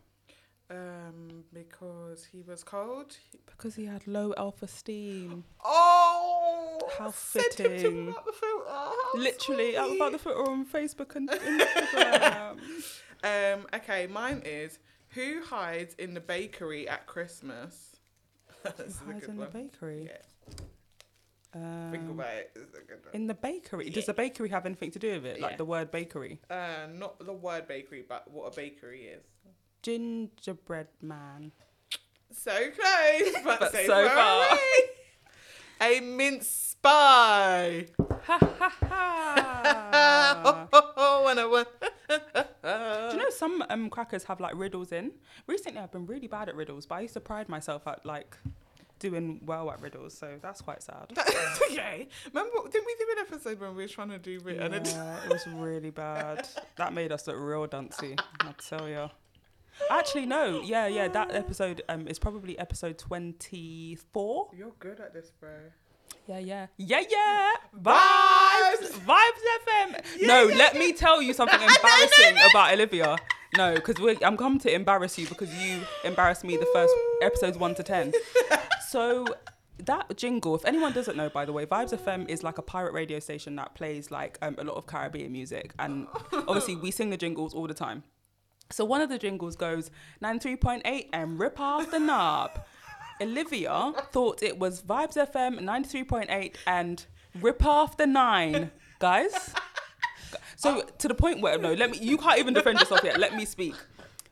Speaker 2: Um, because he was cold.
Speaker 1: Because he had low alpha steam.
Speaker 2: Oh,
Speaker 1: How
Speaker 2: send him to
Speaker 1: fitting.
Speaker 2: me out the filter. How
Speaker 1: Literally, out about the
Speaker 2: sweet.
Speaker 1: footer on Facebook
Speaker 2: <laughs>
Speaker 1: and Instagram.
Speaker 2: Um, okay, mine is who hides in the bakery at Christmas. <laughs> this is a
Speaker 1: Hides
Speaker 2: good
Speaker 1: in the
Speaker 2: one.
Speaker 1: bakery.
Speaker 2: Yeah, think
Speaker 1: Um,
Speaker 2: about it. This is a good one.
Speaker 1: in the bakery. Does
Speaker 2: Yeah.
Speaker 1: the bakery have anything to do with it? Like
Speaker 2: Yeah.
Speaker 1: the word bakery.
Speaker 2: Uh, not the word bakery, but what a bakery is.
Speaker 1: Gingerbread
Speaker 2: <laughs>
Speaker 1: man.
Speaker 2: So close,
Speaker 1: <laughs>
Speaker 2: but,
Speaker 1: But
Speaker 2: so,
Speaker 1: so
Speaker 2: far,
Speaker 1: far.
Speaker 2: away. A mince spy.
Speaker 1: Ha ha ha.
Speaker 2: <laughs> Oh, and a one.
Speaker 1: <laughs> Do you know some um, crackers have like riddles in? Recently, I've been really bad at riddles, but I used to pride myself at like doing well at riddles, so that's quite sad.
Speaker 2: That's <laughs> okay. Remember, didn't we do an episode when we were trying to do it and it
Speaker 1: Yeah, it was really bad. That made us look real dancy. I tell you. Actually, no. Yeah, yeah. That episode um is probably episode twenty four.
Speaker 2: <laughs> You're good at this, bro.
Speaker 1: Yeah, yeah. Yeah, yeah. Vibes.
Speaker 2: Vibes.
Speaker 1: Vibes FM. no, let me tell you something embarrassing about Olivia. No, because I'm come to embarrass you because you embarrassed me the first episodes one to ten. So that jingle, if anyone doesn't know, by the way, Vibes FM is like a pirate radio station that plays like um, a lot of Caribbean music, and obviously we sing the jingles all the time. So one of the jingles goes 93.8 and rip off the knob. Olivia thought it was Vibes FM 93.8 and rip off the nine, guys. So to the point where no, let me. You can't even defend yourself yet. Let me speak.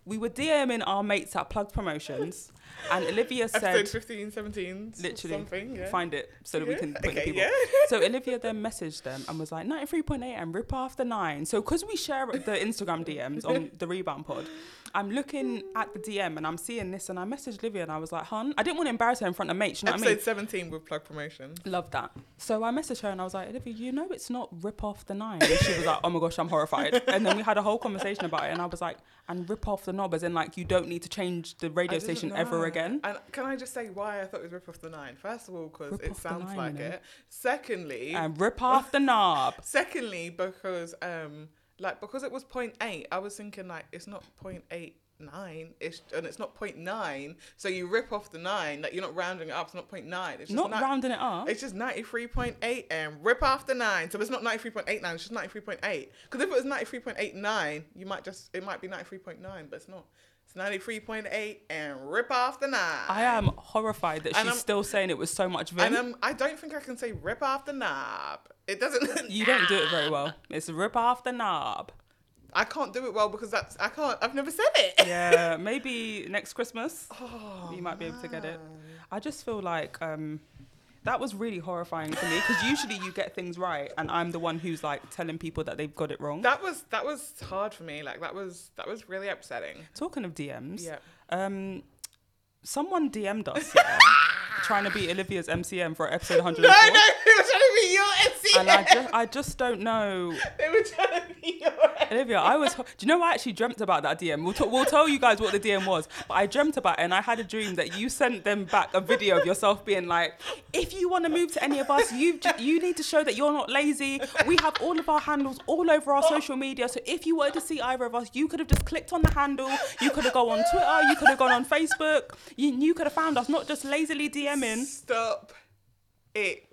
Speaker 1: We were DMing our mates at Plug Promotions, and Olivia
Speaker 2: Episode
Speaker 1: said,
Speaker 2: 15, 17, s-
Speaker 1: literally
Speaker 2: something. Yeah.
Speaker 1: find it so that we
Speaker 2: Yeah. <laughs>
Speaker 1: can put it in
Speaker 2: Okay,
Speaker 1: people.
Speaker 2: yeah.
Speaker 1: So Olivia then messaged them and was like 93.8 and rip off the nine. So because we share the Instagram DMs on the Rebound Pod, I'm looking at the DM and I'm seeing this and I messaged Olivia and I was like, "Hun, I didn't want to embarrass her in front of mates. You know
Speaker 2: Episode
Speaker 1: what I mean?
Speaker 2: 17 with plug promotion.
Speaker 1: Love that. So I messaged her and I was like, Olivia, you know it's not rip off the nine. And she was like, oh my gosh, I'm horrified. And then we had a whole conversation about it and I was like, and rip off the knob as in like you don't need to change the
Speaker 2: I
Speaker 1: radio
Speaker 2: didn't
Speaker 1: station ever
Speaker 2: know.
Speaker 1: again.
Speaker 2: And can I just say why I thought it was Rip Off the Nine? First of all, because
Speaker 1: Rip
Speaker 2: it
Speaker 1: Off the
Speaker 2: sounds
Speaker 1: Nine,
Speaker 2: like
Speaker 1: you know. Um,
Speaker 2: it. Secondly,
Speaker 1: And rip off the knob.
Speaker 2: secondly because um like because it was 0.8, I was thinking like it's not 0.89, it's and it's not 0.9, so you rip off the nine, like you're not rounding it up. It's not 0.9. It's just
Speaker 1: Not
Speaker 2: ni-
Speaker 1: rounding it up.
Speaker 2: It's just 93.8 and rip off the nine. So it's not 93.89, it's just 93.8. Because if it was 93.89, you might just, it might be 93.9, but it's not. It's 93.8 and rip off the nine.
Speaker 1: I am horrified that she's
Speaker 2: And I'm-
Speaker 1: still saying it with so much
Speaker 2: And
Speaker 1: vim.
Speaker 2: um, I don't think I can say rip off the knob. It doesn't. <laughs>
Speaker 1: You don't do it very well. It's rip off the knob.
Speaker 2: I can't do it well because that's, I can't, I've never said it.
Speaker 1: Yeah, <laughs> maybe next Christmas
Speaker 2: Oh,
Speaker 1: you might be able to get it.
Speaker 2: man.
Speaker 1: I just feel like um, that was really horrifying for me because usually you get things right, and I'm the one who's like telling people that they've got it wrong.
Speaker 2: <laughs> That was, that was hard for me. Like that was, that was really upsetting.
Speaker 1: Talking of DMs,
Speaker 2: Yeah.
Speaker 1: um, someone DM'd us yeah, trying to be Olivia's MCM for episode
Speaker 2: <laughs> No,
Speaker 1: 104.
Speaker 2: no, it was trying to be your E MC.
Speaker 1: And I, ju- I just don't know
Speaker 2: They were trying to be your E
Speaker 1: Olivia, I was. Do you know I actually dreamt about that DM? We'll, t- we'll tell you guys what the DM was, but I dreamt about it and I had a dream that you sent them back a video of yourself being like, if you want to move to any of us, you j- you need to show that you're not lazy. We have all of our handles all over our social media, so if you wanted to see either of us, you could have just clicked on the handle. You could have gone on Twitter. You could have gone on Facebook. You, you could have found us, not just lazily DMing.
Speaker 2: Stop it.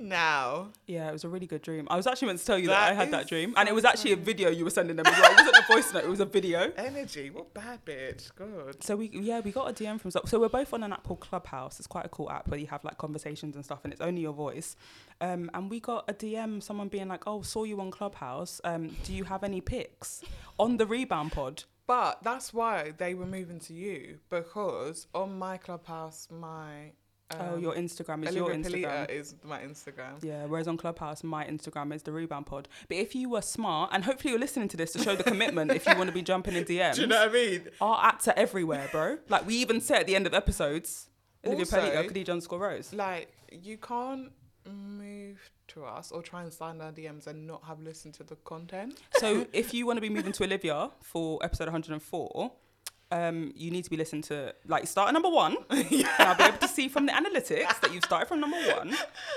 Speaker 2: now.
Speaker 1: Yeah, it was a really good dream. I was actually meant to tell you that,
Speaker 2: That
Speaker 1: I had
Speaker 2: is
Speaker 1: that dream, and it was actually a video you were sending them as well. It wasn't a voice note; it was a video.
Speaker 2: Energy, what bad bitch. Good.
Speaker 1: So we yeah we got a DM from so so we're both on an app called Clubhouse. It's quite a cool app where you have like conversations and stuff, and it's only your voice. Um, and we got a DM, someone being like, "Oh, saw you on Clubhouse. Um, do you have any pics on the Rebound Pod?"
Speaker 2: But that's why they were moving to you because on my clubhouse, my um, uh,
Speaker 1: oh, your Instagram is your
Speaker 2: Olivia
Speaker 1: Instagram.
Speaker 2: Palita is my Instagram.
Speaker 1: Yeah, whereas on Clubhouse, my Instagram is the Rebound Pod. But if you were smart, and hopefully you're listening to this to show the commitment, if you want to be jumping in DMs,
Speaker 2: <laughs> Do you know what I mean?
Speaker 1: our acts are everywhere, bro. Like we even say at the end of episodes, Olivia
Speaker 2: Also-
Speaker 1: Pelito, Khadija underscore Rose.
Speaker 2: Like you can't move to us or try and sign our DMs and not have listened to the content.
Speaker 1: So if you want to be moving to Olivia for episode 104, um, you need to be listening to like start at number one,
Speaker 2: <laughs>
Speaker 1: and I'll be able to see from the analytics that you've started from number one,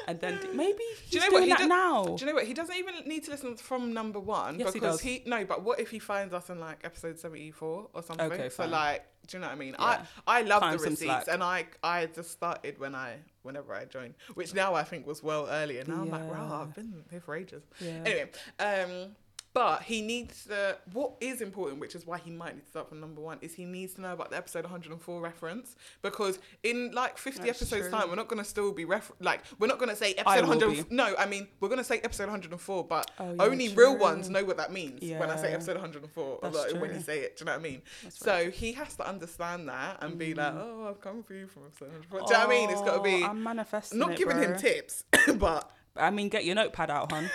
Speaker 1: and then d- maybe he's
Speaker 2: you know what?
Speaker 1: doing
Speaker 2: He
Speaker 1: that
Speaker 2: do-
Speaker 1: now.
Speaker 2: Do you know what? He doesn't even need to listen from number one
Speaker 1: Yes, he
Speaker 2: because
Speaker 1: does.
Speaker 2: he, no. But what if he finds us in like episode seventy four or something?
Speaker 1: Okay,
Speaker 2: so
Speaker 1: fine.
Speaker 2: like, do you know what I mean?
Speaker 1: Yeah.
Speaker 2: I I love
Speaker 1: Find
Speaker 2: the
Speaker 1: some slack.
Speaker 2: receipts, and I I just started when I whenever I joined, which now I think was well earlier. Now I'm like, wow,
Speaker 1: Yeah.
Speaker 2: I've been here for ages.
Speaker 1: Yeah.
Speaker 2: Anyway, um, but he needs the what is important, which is why he might need to start from number one, is he needs to know about the episode 104 reference because in like 50
Speaker 1: That's
Speaker 2: episodes
Speaker 1: true.
Speaker 2: time, we're not gonna still be refer- like we're not gonna say
Speaker 1: I
Speaker 2: episode
Speaker 1: will
Speaker 2: 100.
Speaker 1: be.
Speaker 2: No, I mean we're gonna say episode 104, but
Speaker 1: Oh, yeah,
Speaker 2: only real
Speaker 1: true.
Speaker 2: ones know what that means when I say
Speaker 1: Yeah.
Speaker 2: episode 104 or
Speaker 1: That's
Speaker 2: like, when
Speaker 1: true.
Speaker 2: you say it. Do you know what I mean?
Speaker 1: That's
Speaker 2: so
Speaker 1: right. Mm.
Speaker 2: he has to understand that and be like, oh, I've come for you from episode 104. Do you know what I mean? It's gotta
Speaker 1: Oh,
Speaker 2: be.
Speaker 1: I'm manifesting.
Speaker 2: not
Speaker 1: it,
Speaker 2: giving him
Speaker 1: bro.
Speaker 2: tips, <coughs> but
Speaker 1: I mean, get your notepad out, hon.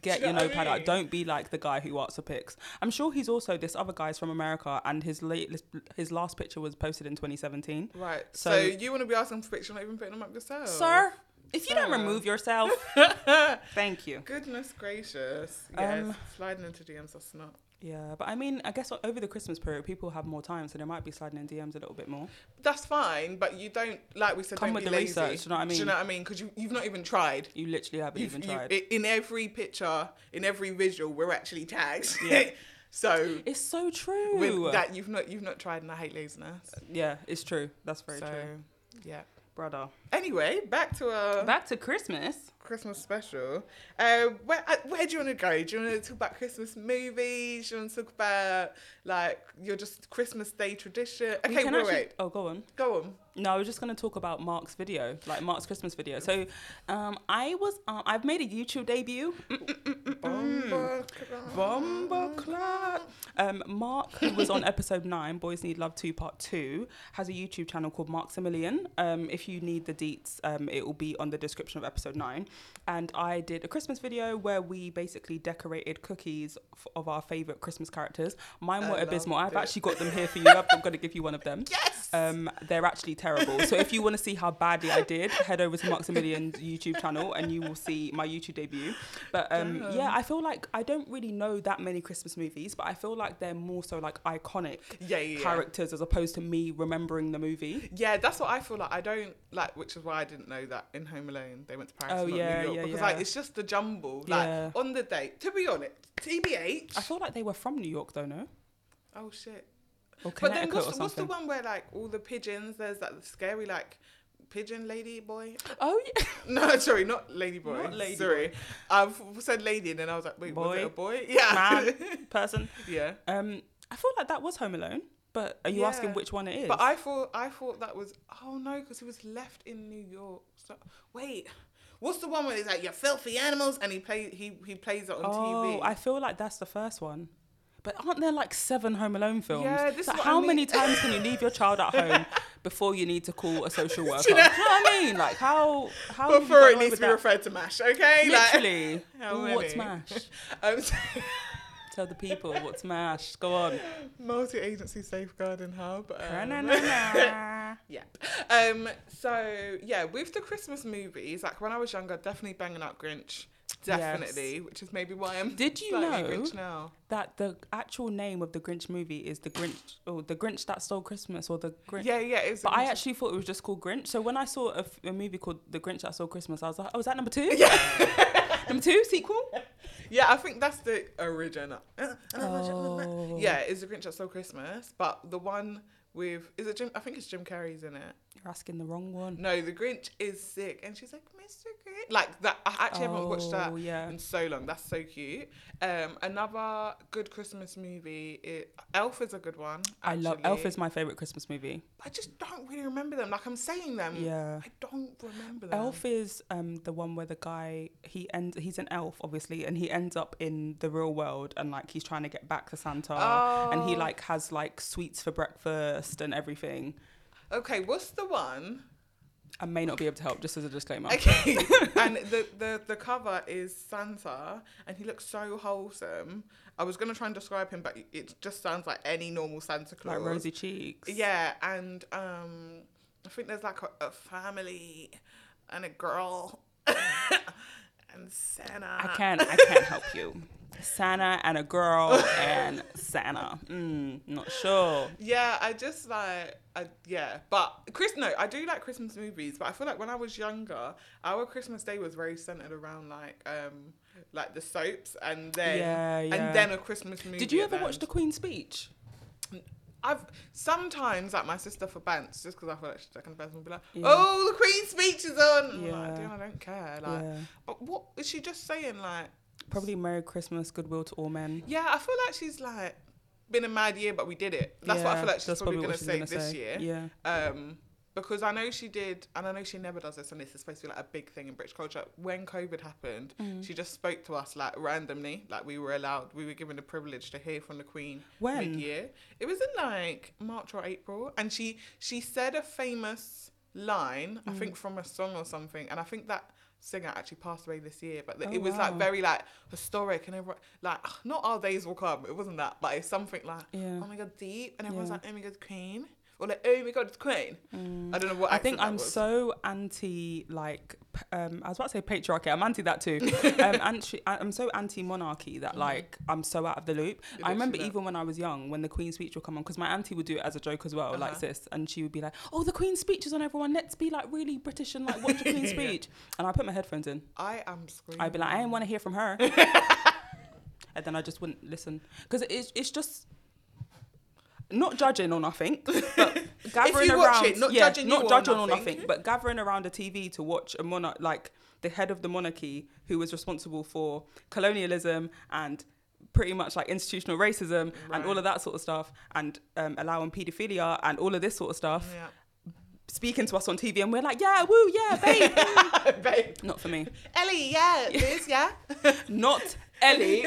Speaker 1: Get
Speaker 2: <laughs> Do you
Speaker 1: your
Speaker 2: know what I
Speaker 1: notepad out.
Speaker 2: mean?
Speaker 1: Don't be like the guy who asks for pics. I'm sure he's also this other guy's from America, and his latest, his last picture was posted in 2017.
Speaker 2: Right. So,
Speaker 1: So-
Speaker 2: you want to be asking for pictures, not even putting them up yourself.
Speaker 1: Sir, if you don't
Speaker 2: Sir.
Speaker 1: remove
Speaker 2: <laughs>
Speaker 1: yourself, thank you.
Speaker 2: Goodness gracious. Yes.
Speaker 1: Um,
Speaker 2: sliding into DMs, that's not.
Speaker 1: Yeah, but I mean, I guess o- over the Christmas period, people have more time, so they might be sliding in DMs a little bit more.
Speaker 2: That's fine, but you don't like we said.
Speaker 1: Come
Speaker 2: don't
Speaker 1: with
Speaker 2: be
Speaker 1: the
Speaker 2: lazy.
Speaker 1: research, you know what I
Speaker 2: Do you
Speaker 1: mean?
Speaker 2: know what I mean? Because you you've not even tried.
Speaker 1: You literally haven't
Speaker 2: You've,
Speaker 1: even
Speaker 2: you-
Speaker 1: tried.
Speaker 2: i- in every picture, in every visual, we're actually tagged.
Speaker 1: Yeah.
Speaker 2: <laughs> so
Speaker 1: it's so true.
Speaker 2: with that, you've not you've not tried, and I hate laziness.
Speaker 1: yeah, it's true. That's very
Speaker 2: so
Speaker 1: true,
Speaker 2: yeah.
Speaker 1: brother.
Speaker 2: Anyway, back to uh, our
Speaker 1: Back to Christmas.
Speaker 2: Christmas special. Uh, where uh, where do you want to go? Do you want to talk about Christmas movies? Do you want to talk about like your just Christmas Day tradition?
Speaker 1: We
Speaker 2: Okay, wait,
Speaker 1: can actually-
Speaker 2: wait,
Speaker 1: Oh, go on.
Speaker 2: go on.
Speaker 1: No, I was just going to talk about Mark's video, like Mark's Christmas video. So, um, I was, uh, I've made a YouTube
Speaker 2: <laughs>
Speaker 1: debut.
Speaker 2: Bomba,
Speaker 1: Bomba clat. Um, Mark, who was on episode nine, Boys Need Love 2 Part 2, has a YouTube channel called Marksimilian. Um, if you need the deets, um, it will be on the description of episode nine. And I did a Christmas video where we basically decorated cookies f- of our favourite Christmas characters. Mine
Speaker 2: I
Speaker 1: were abysmal.
Speaker 2: loved
Speaker 1: I've
Speaker 2: it.
Speaker 1: actually got them here for you. I've, I'm going to give you one of them.
Speaker 2: Yes.
Speaker 1: Um, they're actually terrible. So if you want to see how badly I did, head over to Maximilian's YouTube channel and you will see my YouTube debut. But um, yeah, I feel like I don't really know that many Christmas movies, but I feel like they're more so like iconic
Speaker 2: yeah, yeah, yeah.
Speaker 1: characters as opposed to me remembering the movie.
Speaker 2: Yeah, that's what I feel like. I don't like, which is why I didn't know that in Home Alone they went to Paris,
Speaker 1: Oh,
Speaker 2: not
Speaker 1: yeah,
Speaker 2: New York,
Speaker 1: yeah,
Speaker 2: because
Speaker 1: yeah.
Speaker 2: like it's just the jumble. Like
Speaker 1: Yeah.
Speaker 2: on the day, to be honest, TBH.
Speaker 1: I feel like they were from New York though, no?
Speaker 2: oh shit.
Speaker 1: Or
Speaker 2: But then
Speaker 1: Connecticut
Speaker 2: what's,
Speaker 1: or
Speaker 2: the- what's the
Speaker 1: something.
Speaker 2: one where like all the pigeons? There's that scary like pigeon lady boy.
Speaker 1: Oh
Speaker 2: <laughs>
Speaker 1: yeah.
Speaker 2: No, sorry, not lady boy.
Speaker 1: Not lady
Speaker 2: sorry, I've said lady, and then I was like, wait, was
Speaker 1: Boy.
Speaker 2: it a boy? <laughs> Yeah,
Speaker 1: Man. Person.
Speaker 2: yeah.
Speaker 1: Um, I feel like that was Home Alone, but are you asking
Speaker 2: Yeah.
Speaker 1: which one it is?
Speaker 2: But I thought, I thought that was oh no, because he was left in New York. So, wait, what's the one where he's like, you filthy animals, and he play he he plays it on
Speaker 1: Oh,
Speaker 2: TV.
Speaker 1: I feel like that's the first one. But aren't there like seven Home Alone films?
Speaker 2: Yeah, this
Speaker 1: Like,
Speaker 2: is what I
Speaker 1: how
Speaker 2: mean.
Speaker 1: many times can you leave your child at
Speaker 2: <laughs>
Speaker 1: home before you need to call a social worker? Do you know, what I mean? Like how how
Speaker 2: but
Speaker 1: have you
Speaker 2: for
Speaker 1: gotten
Speaker 2: it
Speaker 1: away
Speaker 2: needs
Speaker 1: with
Speaker 2: to be
Speaker 1: that?
Speaker 2: referred to Mash, okay? <laughs>
Speaker 1: Literally.
Speaker 2: How
Speaker 1: Ooh, what's
Speaker 2: many?
Speaker 1: mash?
Speaker 2: Like, um,
Speaker 1: Tell the people what's mash. Go on.
Speaker 2: <laughs> multi-agency safeguarding hub. <laughs> Um,
Speaker 1: Na-na-na-na.
Speaker 2: Yeah. Um. So yeah, with the Christmas movies, like when I was younger, definitely banging out Grinch. Definitely, which is maybe why I'm.
Speaker 1: Did you
Speaker 2: slightly
Speaker 1: know-
Speaker 2: Grinch now?
Speaker 1: that the actual name of the Grinch movie is the Grinch or the Grinch that stole Christmas or the Grinch.
Speaker 2: Yeah, yeah. It's
Speaker 1: But I
Speaker 2: it's-
Speaker 1: actually thought it was just called Grinch. So when I saw a, f- a movie called The Grinch That Stole Christmas, I was like, oh, is that number two? Yeah. <laughs> number two, sequel?
Speaker 2: yeah, I think that's the original.
Speaker 1: Oh.
Speaker 2: Yeah, it's the Grinch that stole Christmas, but the one with is it Jim? I think it's Jim Carrey's in it.
Speaker 1: You're asking the wrong one.
Speaker 2: No, the Grinch is sick, and she's like, Mr. Grinch, like that. I actually haven't watched that
Speaker 1: Oh, yeah.
Speaker 2: in so long. That's so cute. Um, another good Christmas movie. It, Elf is a good one.
Speaker 1: I love Elf
Speaker 2: actually.
Speaker 1: is my favorite Christmas movie.
Speaker 2: I just don't really remember them. Like I'm saying them.
Speaker 1: Yeah.
Speaker 2: I don't remember them.
Speaker 1: Elf is um, the one where the guy he ends he's an elf obviously and he ends up in the real world and like he's trying to get back to Santa and he
Speaker 2: Oh.
Speaker 1: like has like sweets for breakfast and everything.
Speaker 2: Okay, what's
Speaker 1: <laughs>
Speaker 2: the one?
Speaker 1: I may not be able to help just as a disclaimer.
Speaker 2: Okay. and the, the the cover is Santa, and he looks so wholesome. I was gonna try and describe him, but it just sounds like any normal Santa Claus.
Speaker 1: Like rosy cheeks.
Speaker 2: Yeah, and um, I think there's like a, a family and a girl <laughs> and Santa.
Speaker 1: I can't I can't help you. Santa and a
Speaker 2: <laughs>
Speaker 1: girl and Santa. Mm, not sure.
Speaker 2: Yeah, I just like, I, yeah, but Chris, no, I do like Christmas movies, but I feel like when I was younger, our Christmas day was very centered around like, um, like the soaps and then,
Speaker 1: Yeah, yeah.
Speaker 2: and then a Christmas movie.
Speaker 1: Did you ever
Speaker 2: event.
Speaker 1: watch the Queen's speech?
Speaker 2: I've sometimes like my sister for Bants, just because I feel like she's that kind of person, will be like,
Speaker 1: Yeah.
Speaker 2: oh, the Queen's speech is on. And I'm like,
Speaker 1: Yeah.
Speaker 2: "Dude, I don't care. Like,
Speaker 1: yeah.
Speaker 2: but what is she just saying? Like,
Speaker 1: Probably Merry Christmas, Goodwill to All Men.
Speaker 2: yeah, I feel like she's like been a mad year, but we did it. That's what I
Speaker 1: Yeah,
Speaker 2: feel like she's
Speaker 1: that's
Speaker 2: probably,
Speaker 1: what
Speaker 2: gonna
Speaker 1: she's
Speaker 2: say
Speaker 1: gonna
Speaker 2: this year.
Speaker 1: Yeah.
Speaker 2: um, because I know she did, and I know she never does this, and this is supposed to be like a big thing in British culture. When COVID happened,
Speaker 1: Mm.
Speaker 2: she just spoke to us like randomly, like we were allowed, we were given the privilege to hear from the Queen
Speaker 1: When?
Speaker 2: mid-year. It was in like March or April, and she she said a famous line,
Speaker 1: Mm.
Speaker 2: I think from a song or something, and I think that singer actually passed away this year but
Speaker 1: Oh,
Speaker 2: it was like
Speaker 1: wow.
Speaker 2: very like historic and everyone like <sighs> not our days will come it wasn't that but it's something like
Speaker 1: Yeah.
Speaker 2: oh my god deep and everyone's
Speaker 1: Yeah.
Speaker 2: like oh my god queen or like oh my god it's queen
Speaker 1: Mm.
Speaker 2: i don't know what
Speaker 1: I think
Speaker 2: accent that
Speaker 1: I'm
Speaker 2: was.
Speaker 1: so anti, like, p- um, I was about to say patriarchy. I'm anti that
Speaker 2: <laughs>
Speaker 1: too. um, anti, I- I'm so anti monarchy that, like, I'm so out of the loop.
Speaker 2: Mm. You're
Speaker 1: I remember
Speaker 2: literally
Speaker 1: even when I was young, when the Queen's speech would come on, because my auntie would do it as a joke as well, like
Speaker 2: Uh-huh.
Speaker 1: sis, and she would be like, "Oh, the Queen's speech is on, everyone. Let's be like really British and like watch the
Speaker 2: <laughs>
Speaker 1: Queen's speech." And I put my headphones in.
Speaker 2: i am screaming
Speaker 1: I'd be like, "I ain't want to hear from
Speaker 2: <laughs>
Speaker 1: her," and then I just wouldn't listen because it's it's just. Not judging or nothing,
Speaker 2: <laughs>
Speaker 1: but gathering
Speaker 2: you
Speaker 1: around.
Speaker 2: watch it, not
Speaker 1: yeah,
Speaker 2: judging you
Speaker 1: not
Speaker 2: or
Speaker 1: judging or
Speaker 2: nothing.
Speaker 1: nothing, but gathering around a TV to watch a monarch, like the head of the monarchy, who was responsible for colonialism and pretty much like institutional racism and all of that sort of stuff, and um, allowing paedophilia and all of this sort of stuff,
Speaker 2: yeah <laughs>
Speaker 1: speaking to us on TV, and we're like, yeah, woo, yeah, babe. <laughs>
Speaker 2: Oh, babe
Speaker 1: not
Speaker 2: <laughs>
Speaker 1: for me.
Speaker 2: ellie
Speaker 1: <laughs>
Speaker 2: yeah this yeah Oh,
Speaker 1: Not
Speaker 2: <laughs>
Speaker 1: Ellie.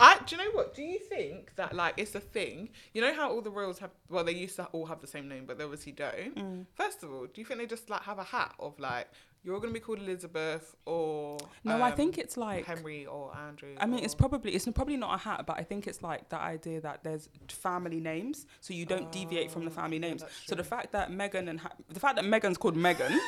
Speaker 2: I, do you know what? Do you think that like it's a thing? You know how all the royals have well, they used to all have the same name, but they obviously don't.
Speaker 1: Mm.
Speaker 2: First of all, do you think they just like have a hat of like you're gonna be called Elizabeth or
Speaker 1: No, I
Speaker 2: um,
Speaker 1: think it's like
Speaker 2: Henry or Andrew?
Speaker 1: I mean, it's
Speaker 2: or-
Speaker 1: probably it's probably not a hat, but I think it's like the idea that there's family names, so you don't deviate from the family names.
Speaker 2: Oh, that's
Speaker 1: So the fact that Megan and ha- the fact that Megan's called Megan,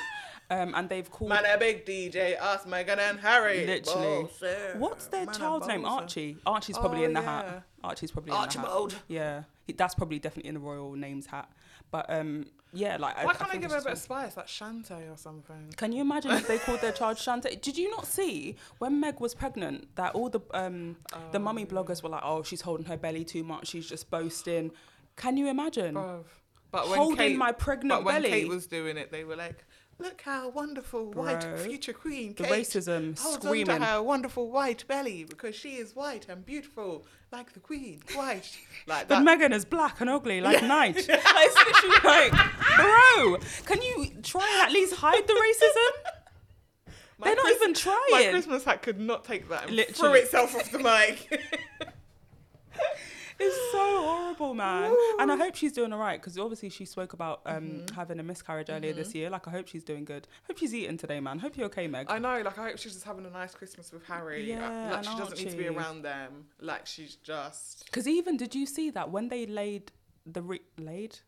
Speaker 1: um, and they've called
Speaker 2: Man, a big DJ, us, Megan and Harry.
Speaker 1: Literally.
Speaker 2: Balls,
Speaker 1: what's their
Speaker 2: man, a
Speaker 1: child's name?
Speaker 2: balls.
Speaker 1: Archie. Archie's probably
Speaker 2: Oh,
Speaker 1: in the
Speaker 2: yeah.
Speaker 1: hat. Archie's probably
Speaker 2: Archibald.
Speaker 1: In the hat. Yeah, He- that's probably definitely in the royal names hat. But um, yeah, like
Speaker 2: Why can't I,
Speaker 1: think it's
Speaker 2: give her a
Speaker 1: just
Speaker 2: bit of
Speaker 1: fun.
Speaker 2: spice, like Shantae or something?
Speaker 1: Can you imagine if they called their child Shante? Did you not see when Meg was pregnant that all the um, the mummy bloggers were like, "Oh, she's holding her belly too much. She's just boasting." Can you imagine
Speaker 2: Oh, Bruv. But when
Speaker 1: holding
Speaker 2: Kate,
Speaker 1: my pregnant
Speaker 2: but when
Speaker 1: belly?
Speaker 2: Kate was doing it, they were like, "Look how wonderful white
Speaker 1: Bro.
Speaker 2: future queen
Speaker 1: the
Speaker 2: Kate
Speaker 1: racism
Speaker 2: holds on
Speaker 1: screaming.
Speaker 2: to her wonderful white belly because she is white and beautiful like the queen, white
Speaker 1: <laughs>
Speaker 2: like
Speaker 1: But
Speaker 2: that."
Speaker 1: Megan is black and ugly like
Speaker 2: <laughs>
Speaker 1: night. Like, it's literally like, bro, can you try and at least hide the racism?
Speaker 2: <laughs> My
Speaker 1: They're not
Speaker 2: Chris-
Speaker 1: even
Speaker 2: My
Speaker 1: trying.
Speaker 2: Christmas hat could not take that. And threw
Speaker 1: Literally.
Speaker 2: itself off the
Speaker 1: <laughs>
Speaker 2: mic.
Speaker 1: It's so horrible, man. And I hope she's doing all right because obviously she spoke about um,
Speaker 2: Mm-hmm.
Speaker 1: having a miscarriage earlier this year. Like, I hope she's doing good. Hope she's eating today, man. Hope you're okay, Meg.
Speaker 2: I know, like I hope she's just having a nice Christmas with Harry.
Speaker 1: Yeah,
Speaker 2: Uh, like
Speaker 1: and
Speaker 2: she doesn't need to be
Speaker 1: Archie.
Speaker 2: around them. Like she's just
Speaker 1: Because even did you see that when they laid the re- laid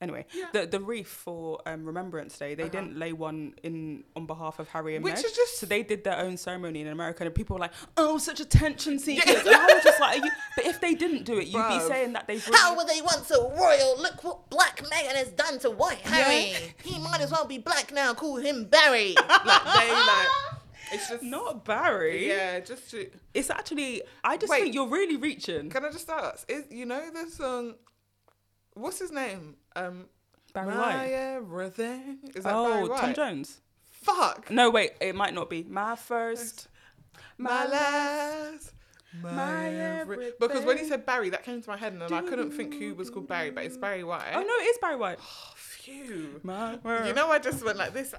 Speaker 1: anyway
Speaker 2: Yeah.
Speaker 1: the the wreath for um, Remembrance Day, they
Speaker 2: Uh-huh.
Speaker 1: didn't lay one in on behalf of Harry and
Speaker 2: Which
Speaker 1: Meg.
Speaker 2: is just-
Speaker 1: so they did their own ceremony in America, and people were like, "Oh, such attention seekers." And I was just like, Are you... "But if they didn't do it, you'd be
Speaker 2: Bruv.
Speaker 1: saying that they've."
Speaker 3: How were they once so royal? Look what Black Megan has done to White Harry. He might as well be black now. Call him Barry.
Speaker 2: like
Speaker 1: <laughs>
Speaker 2: they like it's just
Speaker 1: Not Barry.
Speaker 2: yeah just to,
Speaker 1: It's actually. I just
Speaker 2: Wait.
Speaker 1: think you're really reaching.
Speaker 2: can I just ask is you know the song what's his name um
Speaker 1: Barry
Speaker 2: My
Speaker 1: White.
Speaker 2: everything. Is that Barry
Speaker 1: Oh,
Speaker 2: White?
Speaker 1: Tom Jones.
Speaker 2: Fuck.
Speaker 1: No, wait, it might not be. My first.
Speaker 2: My
Speaker 1: My last.
Speaker 2: last. My,
Speaker 1: my
Speaker 2: every- Because when he
Speaker 1: everything.
Speaker 2: said Barry, that came to my head, and then I couldn't think who was called Barry, but it's Barry White. Oh,
Speaker 1: Oh, no, it is Barry White.
Speaker 2: Phew.
Speaker 1: My
Speaker 2: You know, I just went like this.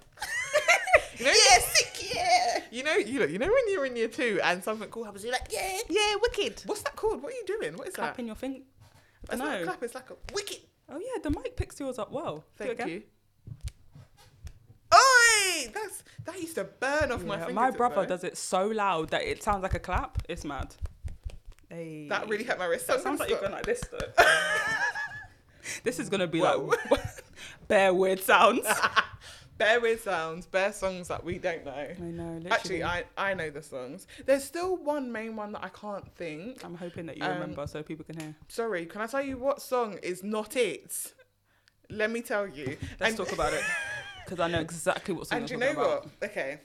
Speaker 2: <laughs> you know,
Speaker 3: Yeah, sick, yeah.
Speaker 2: you know, you know, you know when you're in year two and something cool happens,
Speaker 3: Was
Speaker 2: you're
Speaker 3: you
Speaker 2: like,
Speaker 3: like, yeah,
Speaker 2: yeah, wicked. What's that called? What are you doing? What is that?
Speaker 1: clapping your finger. I
Speaker 2: It's not a
Speaker 1: know.
Speaker 2: clap. It's like a
Speaker 3: wicked.
Speaker 1: Oh, yeah, the mic picks yours up well. Do it
Speaker 2: Thank
Speaker 1: again.
Speaker 2: you. Oi! That's that used to burn off my
Speaker 1: Yeah,
Speaker 2: fingers.
Speaker 1: my brother does it so loud that it sounds like a clap. It's mad. Hey.
Speaker 2: That really hurt my wrist.
Speaker 1: That sounds like you're going like this though. <laughs>
Speaker 2: <laughs>
Speaker 1: this is gonna be
Speaker 2: Whoa.
Speaker 1: like <laughs> bare weird
Speaker 2: <laughs>
Speaker 1: sounds.
Speaker 2: bare weird sounds, bare songs that we don't know.
Speaker 1: I know. Literally.
Speaker 2: Actually, I, I know the songs. There's still one main one that I can't think.
Speaker 1: am hoping that you
Speaker 2: um,
Speaker 1: remember so people can hear.
Speaker 2: Sorry, can I tell you what song is not it? Let me tell you.
Speaker 1: Let's talk
Speaker 2: <laughs>
Speaker 1: about it because I know exactly what song.
Speaker 2: And you
Speaker 1: you're
Speaker 2: know
Speaker 1: talking about.
Speaker 2: what? Okay.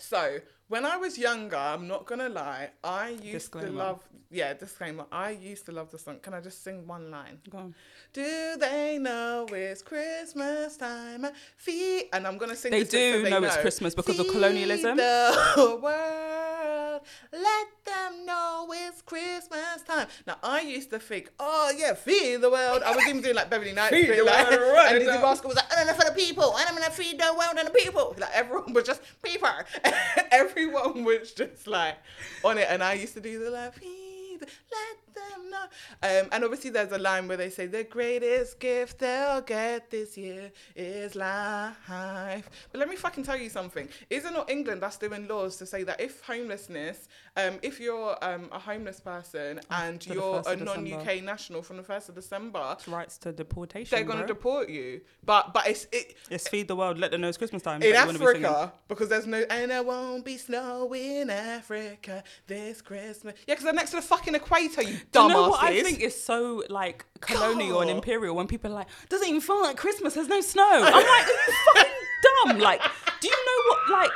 Speaker 2: So when I was younger, I'm not gonna lie, I used to
Speaker 1: Disclaimer.
Speaker 2: love yeah, disclaimer. I used to love the song. Can I just sing one line?
Speaker 1: Go on.
Speaker 2: Do they know it's Christmas time? Feet and I'm gonna sing
Speaker 1: They
Speaker 2: this bit so
Speaker 1: do know, it's Christmas because of colonialism.
Speaker 2: See The <laughs> world. Let them know it's Christmas time. Now I used to think, oh yeah, feed the world. I was even doing like Beverly Nights,
Speaker 1: Feed
Speaker 2: bit
Speaker 1: the
Speaker 2: like,
Speaker 1: world, right
Speaker 2: <laughs> and Lizzie
Speaker 1: now.
Speaker 2: Bascom was like, "Oh,
Speaker 3: I'm gonna for the people, and I'm gonna feed the world and the people.
Speaker 2: <laughs> like everyone was just people. <laughs> everyone was just like on it, and I used to do the like. "Please Let them know. Um, and obviously, there's a line where they say the greatest gift they'll get this year is life. But let me fucking tell you something. Is it not England that's doing laws to say that if homelessness, um, if you're um, a homeless person and
Speaker 1: the
Speaker 2: you're
Speaker 1: 1st
Speaker 2: a
Speaker 1: of
Speaker 2: non-UK national from the first of December,
Speaker 1: It's rights to deportation.
Speaker 2: they're gonna
Speaker 1: bro.
Speaker 2: deport you? But but it's it,
Speaker 1: It's feed the world. Let them know it's Christmas time.
Speaker 2: in
Speaker 1: that you wanna be singing.
Speaker 2: Africa because there's no and there won't be snow in Africa this Christmas. Yeah, because they're next to the fucking equator, you
Speaker 1: Do you
Speaker 2: dumbasses.
Speaker 1: know what I think is so like colonial and
Speaker 2: God.
Speaker 1: imperial when people are like, doesn't even feel like Christmas, there's no snow. I'm like, are you fucking dumb? Like, do you know what, like,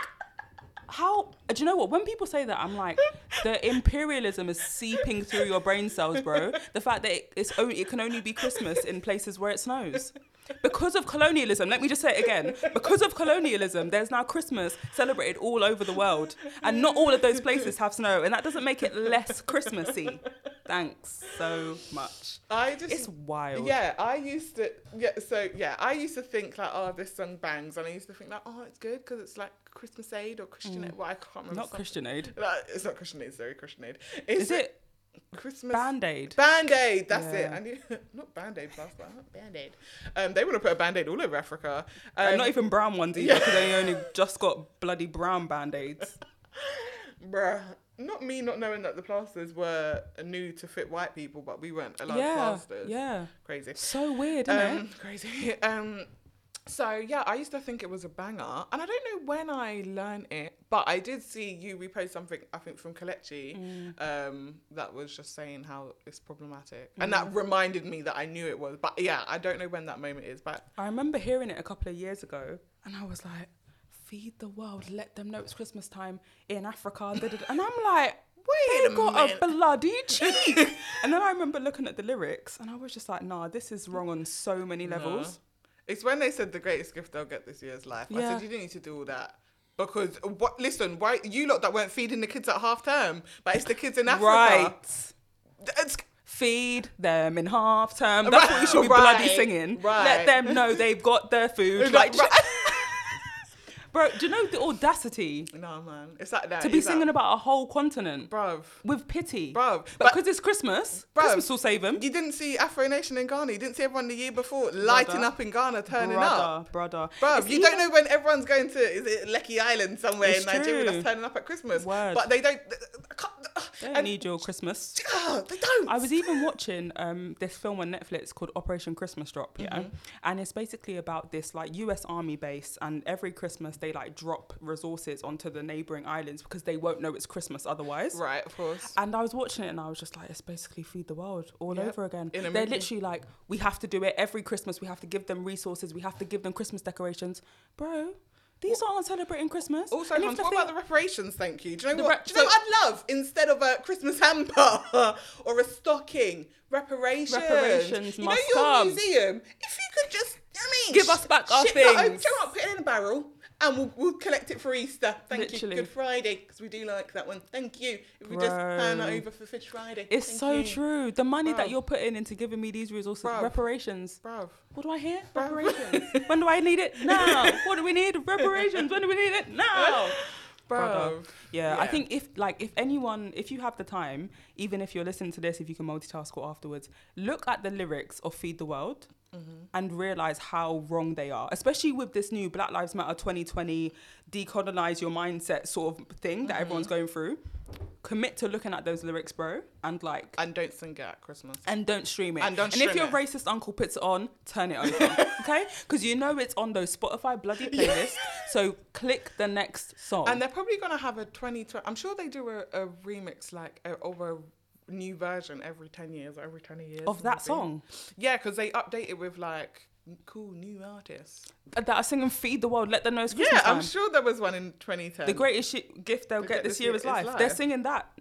Speaker 1: how, do you know what, when people say that, I'm like, the imperialism is seeping through your brain cells, bro. The fact that it, it's only, it can only be Christmas in places where it snows. Because of colonialism, let me just say it again. Because of colonialism, there's now Christmas celebrated all over the world, and not all of those places have snow, and that doesn't make it less Christmassy. Thanks so much.
Speaker 2: I just
Speaker 1: It's wild.
Speaker 2: Yeah, I used to. Yeah, so yeah, I used to think like, oh, this song bangs, and I used to think like, oh, it's good because it's like Christmas Aid or Christian. Aid. Well, I can't remember.
Speaker 1: Mm. Not
Speaker 2: something.
Speaker 1: Christian Aid.
Speaker 2: Like, it's not Christian Aid. Sorry, Christian Aid. It's
Speaker 1: Is it
Speaker 2: Christmas
Speaker 1: Band Aid?
Speaker 2: Band aid, that's it.
Speaker 1: Yeah.
Speaker 2: And you, <laughs> not band aid, that's that. Band aid. Um, they want to put a band aid all over Africa. Um,
Speaker 1: And not even brown ones either, because they only just got bloody brown band
Speaker 2: <laughs>
Speaker 1: aids.
Speaker 2: Bruh, not me not knowing that the plasters were new to fit white people, but we weren't allowed
Speaker 1: Yeah,
Speaker 2: plasters.
Speaker 1: yeah.
Speaker 2: Crazy.
Speaker 1: So weird, isn't
Speaker 2: Um, <laughs>
Speaker 1: it?
Speaker 2: crazy. Um, so yeah, I used to think it was a banger, and I don't know when I learned it, but I did see you repost something I think from Kalechi
Speaker 1: Mm.
Speaker 2: um, that was just saying how it's problematic, and
Speaker 1: Mm.
Speaker 2: that reminded me that I knew it was. But yeah, I don't know when that moment is, but
Speaker 1: I remember hearing it a couple of years ago, and I was like, "Feed the world, let them know it's Christmas time in Africa." da, da, da. And I'm like,
Speaker 2: Wait
Speaker 1: "They
Speaker 2: a
Speaker 1: got
Speaker 2: minute."
Speaker 1: a bloody
Speaker 2: <laughs>
Speaker 1: cheek!" and then I remember looking at the lyrics, and I was just like, "Nah, this is wrong on so many levels."
Speaker 2: It's when they said the greatest gift they'll get this year's life. I
Speaker 1: Yeah.
Speaker 2: said you didn't need to do all that. Because what? Listen, why you lot that weren't feeding the kids at half term, but it's the kids in Africa.
Speaker 1: Right.
Speaker 2: It's,
Speaker 1: Feed them in half term. That's what you should be bloody
Speaker 2: Right,
Speaker 1: singing.
Speaker 2: right.
Speaker 1: Let them know they've got their food. Like,
Speaker 2: like, right.
Speaker 1: <laughs> bro, do you know the audacity
Speaker 2: no man, it's like that.
Speaker 1: to be
Speaker 2: it's
Speaker 1: singing
Speaker 2: like,
Speaker 1: about a whole continent
Speaker 2: bruv.
Speaker 1: with pity,
Speaker 2: Bruv,
Speaker 1: But
Speaker 2: but-
Speaker 1: because it's Christmas,
Speaker 2: Bruv,
Speaker 1: Christmas will save them.
Speaker 2: You didn't see Afro Nation in Ghana. You didn't see everyone the year before lighting
Speaker 1: Brother.
Speaker 2: up in Ghana, turning
Speaker 1: brother,
Speaker 2: up.
Speaker 1: brother.
Speaker 2: Bruv,
Speaker 1: It's
Speaker 2: you
Speaker 1: even-
Speaker 2: don't know when everyone's going to is it Lecky Island somewhere
Speaker 1: It's
Speaker 2: in Nigeria
Speaker 1: true.
Speaker 2: that's turning up at Christmas.
Speaker 1: Word.
Speaker 2: But they don't. I can't-
Speaker 1: They don't
Speaker 2: and-
Speaker 1: need your Christmas.
Speaker 2: Ah, they don't.
Speaker 1: I was
Speaker 2: <laughs>
Speaker 1: even watching um, this film on Netflix called Operation Christmas Drop, yeah,
Speaker 2: Mm-hmm.
Speaker 1: and it's basically about this like U.S. Army base, and every Christmas they like drop resources onto the neighboring islands because they won't know it's Christmas otherwise.
Speaker 2: right, of course.
Speaker 1: And I was watching it and I was just like, it's basically feed the world all
Speaker 2: Yep.
Speaker 1: over again.
Speaker 2: In a
Speaker 1: They're
Speaker 2: movie.
Speaker 1: literally like, we have to do it every Christmas. We have to give them resources. We have to give them Christmas decorations. Bro, these aren't celebrating Christmas.
Speaker 2: Also,
Speaker 1: And
Speaker 2: Hans,
Speaker 1: if
Speaker 2: what
Speaker 1: they
Speaker 2: about the reparations? Thank you. Do you know
Speaker 1: The
Speaker 2: what?
Speaker 1: rep-
Speaker 2: do you know
Speaker 1: so-
Speaker 2: what I'd love instead of a Christmas hamper <laughs> or a stocking? Reparations.
Speaker 1: Reparations
Speaker 2: You know
Speaker 1: must
Speaker 2: your
Speaker 1: come.
Speaker 2: museum. If you could just I mean?
Speaker 1: Give us back our
Speaker 2: Ship that over-
Speaker 1: things.
Speaker 2: Do you know what? Put it in a barrel and we'll, we'll collect it for Easter. Thank
Speaker 1: Literally.
Speaker 2: you. Good Friday, because we do like that one. Thank you. If we just hand that
Speaker 1: Bro.
Speaker 2: over for Fish Friday.
Speaker 1: It's
Speaker 2: Thank
Speaker 1: so
Speaker 2: you.
Speaker 1: true. The money that
Speaker 2: Bruv.
Speaker 1: you're putting into giving me these resources,
Speaker 2: Bruv.
Speaker 1: reparations.
Speaker 2: Bruv.
Speaker 1: What do I hear?
Speaker 2: Bruv. <laughs>
Speaker 1: Reparations. when do I need it? Now. What do we need? Reparations. When do we need it? Now. Brother.
Speaker 2: Bruv.
Speaker 1: Yeah, I
Speaker 2: Yeah.
Speaker 1: think if like if anyone, if you have the time, even if you're listening to this, if you can multitask or afterwards, look at the lyrics of "Feed the World" and realize how wrong they are, especially with this new Black Lives Matter 2020 decolonize your mindset sort of thing that everyone's going through. Commit to looking at those lyrics, bro, and like
Speaker 2: And don't sing it at Christmas.
Speaker 1: and don't stream it.
Speaker 2: And don't
Speaker 1: if
Speaker 2: stream
Speaker 1: your
Speaker 2: it.
Speaker 1: racist uncle puts it on, turn it
Speaker 2: <laughs>
Speaker 1: over, okay? Because you know it's on those Spotify bloody playlists. So click the next song.
Speaker 2: And they're probably going to have a 2020. I'm sure they do a, a remix, like, a, over a new version every 10 years or every 20 years.
Speaker 1: of that
Speaker 2: something.
Speaker 1: song
Speaker 2: Yeah, because they update it with, like, n- cool new artists.
Speaker 1: that are singing "Feed the World," let them know it's
Speaker 2: Yeah,
Speaker 1: Christmas time.
Speaker 2: I'm sure there was one in 2010.
Speaker 1: The greatest shit gift they'll
Speaker 2: They
Speaker 1: get this year is life. They're singing that.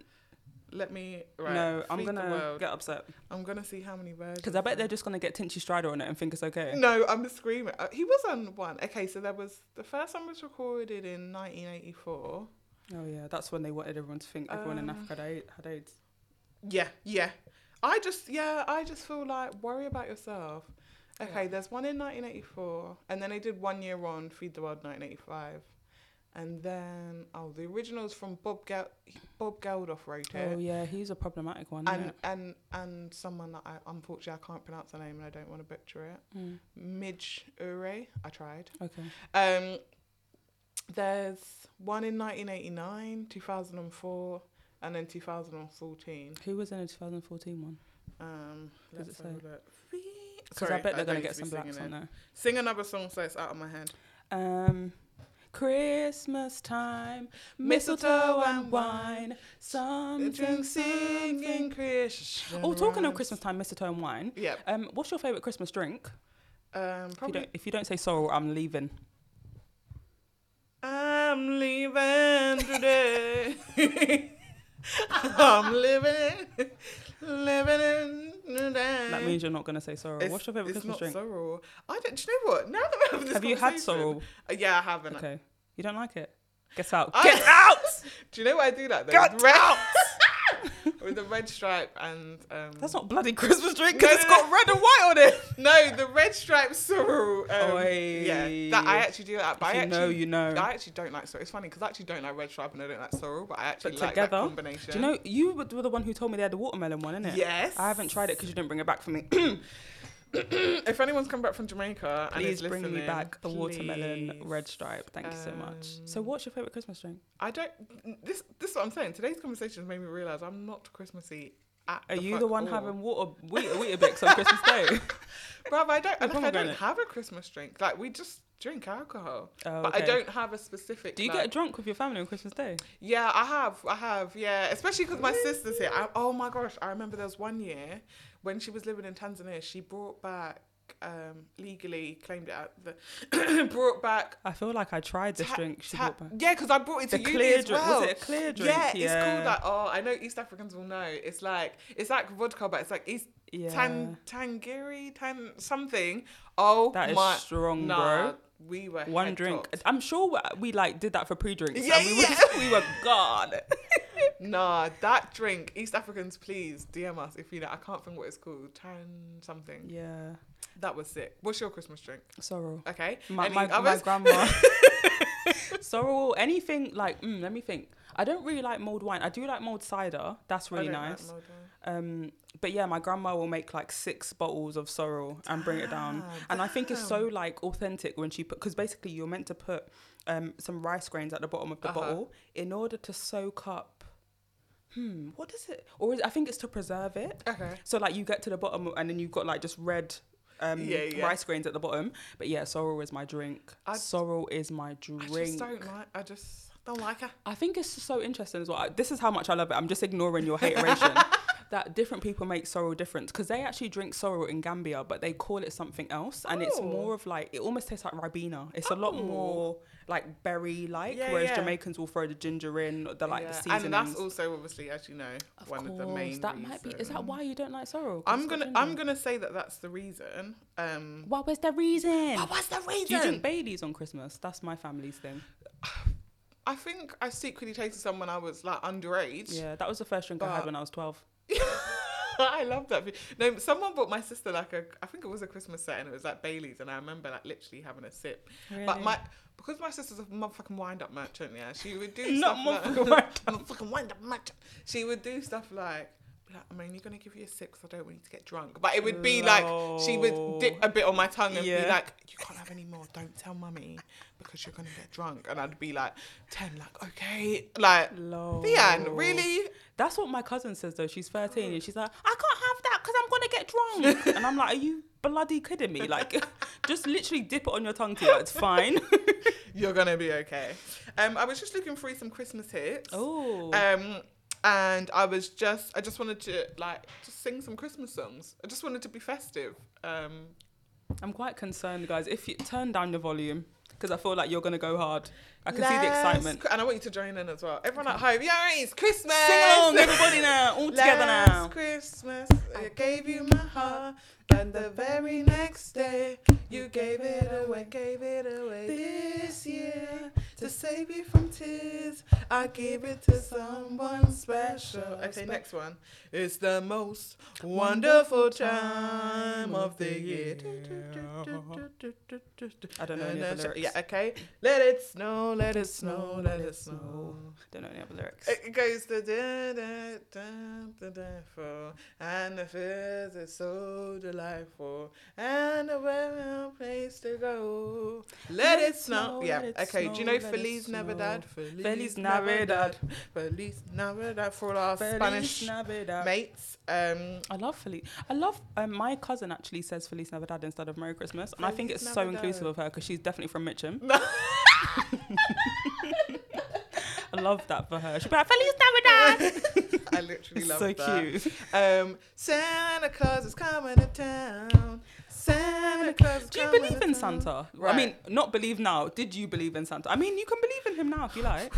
Speaker 2: Let me. Right,
Speaker 1: no, I'm
Speaker 2: Feed the
Speaker 1: gonna
Speaker 2: world.
Speaker 1: get upset
Speaker 2: I'm gonna see how many versions.
Speaker 1: because I bet they're just gonna get Tinchy Strider on it and think it's okay.
Speaker 2: No, I'm screaming. Uh, He was on one. Okay, so there was the first one was recorded in 1984.
Speaker 1: Oh yeah, that's when they wanted everyone to think everyone in
Speaker 2: Um,
Speaker 1: Africa had AIDS- had AIDS.
Speaker 2: Yeah, yeah. I just yeah, I just feel like worry about yourself. Okay, there's one in 1984, and then they did one year on Feed the World 1985, and then oh, the originals from Bob Gal- Bob Geldof wrote it.
Speaker 1: Oh yeah, he's a problematic one.
Speaker 2: and
Speaker 1: And,
Speaker 2: and and someone that I unfortunately I can't pronounce her name and I don't want to butcher it. Midge Ure, I tried.
Speaker 1: Mm. Okay.
Speaker 2: Um, there's one in 1989, 2004, and then 2014.
Speaker 1: Who was in the 2014 one?
Speaker 2: Um,
Speaker 1: Does
Speaker 2: let's
Speaker 1: it
Speaker 2: have a
Speaker 1: say?
Speaker 2: look.
Speaker 1: Because I
Speaker 2: Sorry,
Speaker 1: bet they're
Speaker 2: don't
Speaker 1: gonna
Speaker 2: need
Speaker 1: get
Speaker 2: to be
Speaker 1: some blacks
Speaker 2: singing
Speaker 1: on
Speaker 2: it.
Speaker 1: there.
Speaker 2: Sing another song so it's out of my head.
Speaker 1: Um, Christmas time, mistletoe and wine, something singing.
Speaker 2: Christian.
Speaker 1: Oh, talking of
Speaker 2: rhymes.
Speaker 1: Christmas time, mistletoe and wine.
Speaker 2: Yeah.
Speaker 1: Um, what's your favorite Christmas drink?
Speaker 2: Um,
Speaker 1: If you,
Speaker 2: probably.
Speaker 1: don't, if you don't say sorrel, I'm leaving.
Speaker 2: I'm leaving today. I'm living, living in today.
Speaker 1: That means you're not gonna say sorrel.
Speaker 2: Eh, It's-
Speaker 1: what's your favorite
Speaker 2: it's
Speaker 1: Christmas
Speaker 2: not
Speaker 1: drink?
Speaker 2: sorrel. I don't. Do you know what? Now that we're having this
Speaker 1: Have you had
Speaker 2: conversation-
Speaker 1: sorrel?
Speaker 2: Uh, Yeah, I haven't.
Speaker 1: Okay, you don't like it. Get out.
Speaker 2: I- <laughs>
Speaker 1: Get out.
Speaker 2: Do you know why I do that though?
Speaker 1: Get
Speaker 2: With red- <laughs> With the red stripe and um.
Speaker 1: That's not bloody Christmas drink because
Speaker 2: No,
Speaker 1: it's
Speaker 2: no, no.
Speaker 1: got red and white on it.
Speaker 2: no, the red stripe sorrel. Um,
Speaker 1: Oi.
Speaker 2: yeah, that I actually do that. But
Speaker 1: If
Speaker 2: I
Speaker 1: you know,
Speaker 2: actually,
Speaker 1: you know.
Speaker 2: I actually don't like sorrel. It's funny because I actually don't like red stripe and I don't like sorrel, but I actually
Speaker 1: But
Speaker 2: like
Speaker 1: together,
Speaker 2: that combination.
Speaker 1: do you know you were were the one who told me they had the watermelon one, innit?
Speaker 2: Yes.
Speaker 1: I haven't tried it because you didn't bring it back for me.
Speaker 2: <laughs>
Speaker 1: <clears throat>
Speaker 2: if anyone's come back from Jamaica, and
Speaker 1: please
Speaker 2: is
Speaker 1: bring me
Speaker 2: listening,
Speaker 1: back the watermelon
Speaker 2: please. Um,
Speaker 1: red stripe. Thank you so much. So, what's your favorite Christmas drink?
Speaker 2: I don't. This this is what I'm saying. Today's conversation has made me realize I'm not Christmassy. At
Speaker 1: Are
Speaker 2: the
Speaker 1: you
Speaker 2: fuck
Speaker 1: the one
Speaker 2: all.
Speaker 1: having water wheat Weetabix on Christmas
Speaker 2: <laughs>
Speaker 1: Day?
Speaker 2: Bruv, I don't.
Speaker 1: You're
Speaker 2: Like, I don't
Speaker 1: pomegranate.
Speaker 2: have a Christmas drink. Like we just drink alcohol,
Speaker 1: Oh,
Speaker 2: but
Speaker 1: okay.
Speaker 2: I don't have a specific.
Speaker 1: Do you
Speaker 2: like-
Speaker 1: get drunk with your family on Christmas Day?
Speaker 2: Yeah, I have. I have. Yeah, especially because my sister's here. I, oh my gosh, I remember there was one year when she was living in Tanzania. She brought back um legally claimed it out the <clears throat> brought back.
Speaker 1: I feel like I tried this
Speaker 2: ta-
Speaker 1: drink. She
Speaker 2: ta-
Speaker 1: brought back.
Speaker 2: Yeah, because I brought it
Speaker 1: The
Speaker 2: to uni
Speaker 1: clear
Speaker 2: as
Speaker 1: drink.
Speaker 2: well.
Speaker 1: Was it a clear drink?
Speaker 2: Yeah, it's
Speaker 1: Yeah.
Speaker 2: called like oh, I know East Africans will know. It's like it's like vodka, but it's like East
Speaker 1: Yeah.
Speaker 2: Tan Tangiri Tan something. Oh
Speaker 1: That is
Speaker 2: my,
Speaker 1: strong,
Speaker 2: nah,
Speaker 1: bro.
Speaker 2: We were
Speaker 1: One
Speaker 2: head
Speaker 1: drink.
Speaker 2: topped.
Speaker 1: I'm sure we- we like did that for pre-drinks.
Speaker 2: Yeah,
Speaker 1: and we,
Speaker 2: yeah.
Speaker 1: Were, we were
Speaker 2: <laughs>
Speaker 1: gone.
Speaker 2: Nah, that drink. East Africans, please DM us if you know. I can't think what it's called. Tan something.
Speaker 1: yeah,
Speaker 2: That was sick. What's your Christmas drink?
Speaker 1: sorrel.
Speaker 2: Okay.
Speaker 1: My,
Speaker 2: Any
Speaker 1: my, my
Speaker 2: others? <laughs>
Speaker 1: grandma. sorrel. Anything like? Mm, let me think. I don't really like mulled wine. I do like mulled cider. That's
Speaker 2: I
Speaker 1: really
Speaker 2: don't like
Speaker 1: nice.
Speaker 2: mulled
Speaker 1: Um, but yeah, my grandma will make like six bottles of sorrel and bring it down.
Speaker 2: Ah,
Speaker 1: And I think it's so like authentic when she put because basically you're meant to put um, some rice grains at the bottom of the
Speaker 2: Uh-huh.
Speaker 1: bottle in order to soak up. Hmm, what is it? Or is, I think it's to preserve it.
Speaker 2: wine. Okay.
Speaker 1: So like you get to the bottom and then you've got like just red. Um,
Speaker 2: Yeah, yeah.
Speaker 1: rice grains at the bottom but yeah sorrel is my drink
Speaker 2: I-
Speaker 1: sorrel is my
Speaker 2: I
Speaker 1: drink
Speaker 2: just don't like. I just don't like her. <laughs>
Speaker 1: I think it's just so interesting as well. This is how much I love it. I'm just ignoring your hateration. that different people make sorrel different because they actually drink sorrel in Gambia, but they call it something else, and it's
Speaker 2: Oh.
Speaker 1: more of like it almost tastes like ribena. It's a lot
Speaker 2: Oh.
Speaker 1: more like berry like,
Speaker 2: Yeah,
Speaker 1: whereas
Speaker 2: yeah.
Speaker 1: Jamaicans will throw the ginger in, the like the
Speaker 2: Yeah,
Speaker 1: seasonings.
Speaker 2: And that's also obviously, as you know,
Speaker 1: Of
Speaker 2: one of the
Speaker 1: course,
Speaker 2: main.
Speaker 1: That might be. Is that
Speaker 2: reasons.
Speaker 1: why you don't like sorrel? 'Cause
Speaker 2: I'm
Speaker 1: it's got
Speaker 2: gonna
Speaker 1: ginger?
Speaker 2: I'm gonna say that that's the reason. Um,
Speaker 1: What was the reason?
Speaker 2: but what's the
Speaker 1: Do you drink
Speaker 2: reason?
Speaker 1: Baileys on Christmas? That's my family's thing.
Speaker 2: I think I secretly tasted some when I was like underage.
Speaker 1: Yeah, that was the first drink I had
Speaker 2: But-
Speaker 1: when I was 12.
Speaker 2: <laughs> I love that. No, someone bought my sister like a, I think it was a Christmas set, and it was like Bailey's, and I remember like literally having a sip. But
Speaker 1: Really?
Speaker 2: my, because my sister's a motherfucking wind up merchant, yeah, she would do
Speaker 1: Not
Speaker 2: stuff like-
Speaker 1: motherfucking wind
Speaker 2: <laughs> motherfucking wind up merchant. She would do stuff like. be Like, I'm only gonna give you a sip 'cause I don't want you to get drunk. But it would be like she would dip a bit on my tongue and be
Speaker 1: Yeah.
Speaker 2: like, "You can't have any more. Don't tell mummy because you're gonna get drunk." And I'd be like, 10, like, okay, like,
Speaker 1: Lol.
Speaker 2: Leanne, really?
Speaker 1: That's what my cousin says though. She's 13 and she's like, I can't have that because I'm gonna get drunk.
Speaker 2: <laughs>
Speaker 1: and I'm like, are you bloody kidding me? Like, <laughs> just literally dip it on your tongue to It's fine. <laughs>
Speaker 2: <laughs> You're gonna be okay. Um, I was just looking through some Christmas hits.
Speaker 1: oh,
Speaker 2: Um, and I was just, I just wanted to like just sing some Christmas songs. I just wanted to be festive. Um,
Speaker 1: I'm quite concerned, guys. If you turn down the volume because I feel like you're gonna go hard. I can see the excitement.
Speaker 2: And I want you to join in as well. Everyone at home, yeah, it's Christmas.
Speaker 1: Sing along,
Speaker 2: <laughs>
Speaker 1: everybody now, all together
Speaker 2: Last
Speaker 1: now.
Speaker 2: Christmas, I gave you my heart, and the very next day, you gave it away, gave it away. This year, to save you from tears, I give it to someone special. Okay, next one. It's the most wonderful time of the year.
Speaker 1: I don't know any of the lyrics.
Speaker 2: Yeah, okay. Let it snow, let it snow, let it snow.
Speaker 1: Don't know any other lyrics.
Speaker 2: It goes da da da da da da for, and the feels is so delightful, and a well place to go. Let, it snow. yeah.
Speaker 1: let it
Speaker 2: okay. Do you
Speaker 1: snow,
Speaker 2: know
Speaker 1: let it
Speaker 2: Feliz Navidad?
Speaker 1: Feliz Navidad.
Speaker 2: Feliz Navidad for our
Speaker 1: Feliz
Speaker 2: Spanish
Speaker 1: Navidad.
Speaker 2: mates.
Speaker 1: <laughs>
Speaker 2: Um,
Speaker 1: I love Feliz. I love um, my cousin actually says Feliz Navidad instead of Merry Christmas, and I think
Speaker 2: Feliz
Speaker 1: it's so
Speaker 2: Navidad.
Speaker 1: inclusive of her because she's definitely from Mitcham. <laughs> I love that for her. She'll be like Feliz
Speaker 2: <laughs>
Speaker 1: Navidad.
Speaker 2: I literally
Speaker 1: It's
Speaker 2: love
Speaker 1: so
Speaker 2: that.
Speaker 1: cute.
Speaker 2: Um, Santa Claus is coming to town. Santa Claus. Is
Speaker 1: Do you
Speaker 2: coming
Speaker 1: believe
Speaker 2: to
Speaker 1: in
Speaker 2: town.
Speaker 1: Santa?
Speaker 2: Right.
Speaker 1: I mean, not believe now. Did you believe in Santa? I mean, you can believe in him now if you like.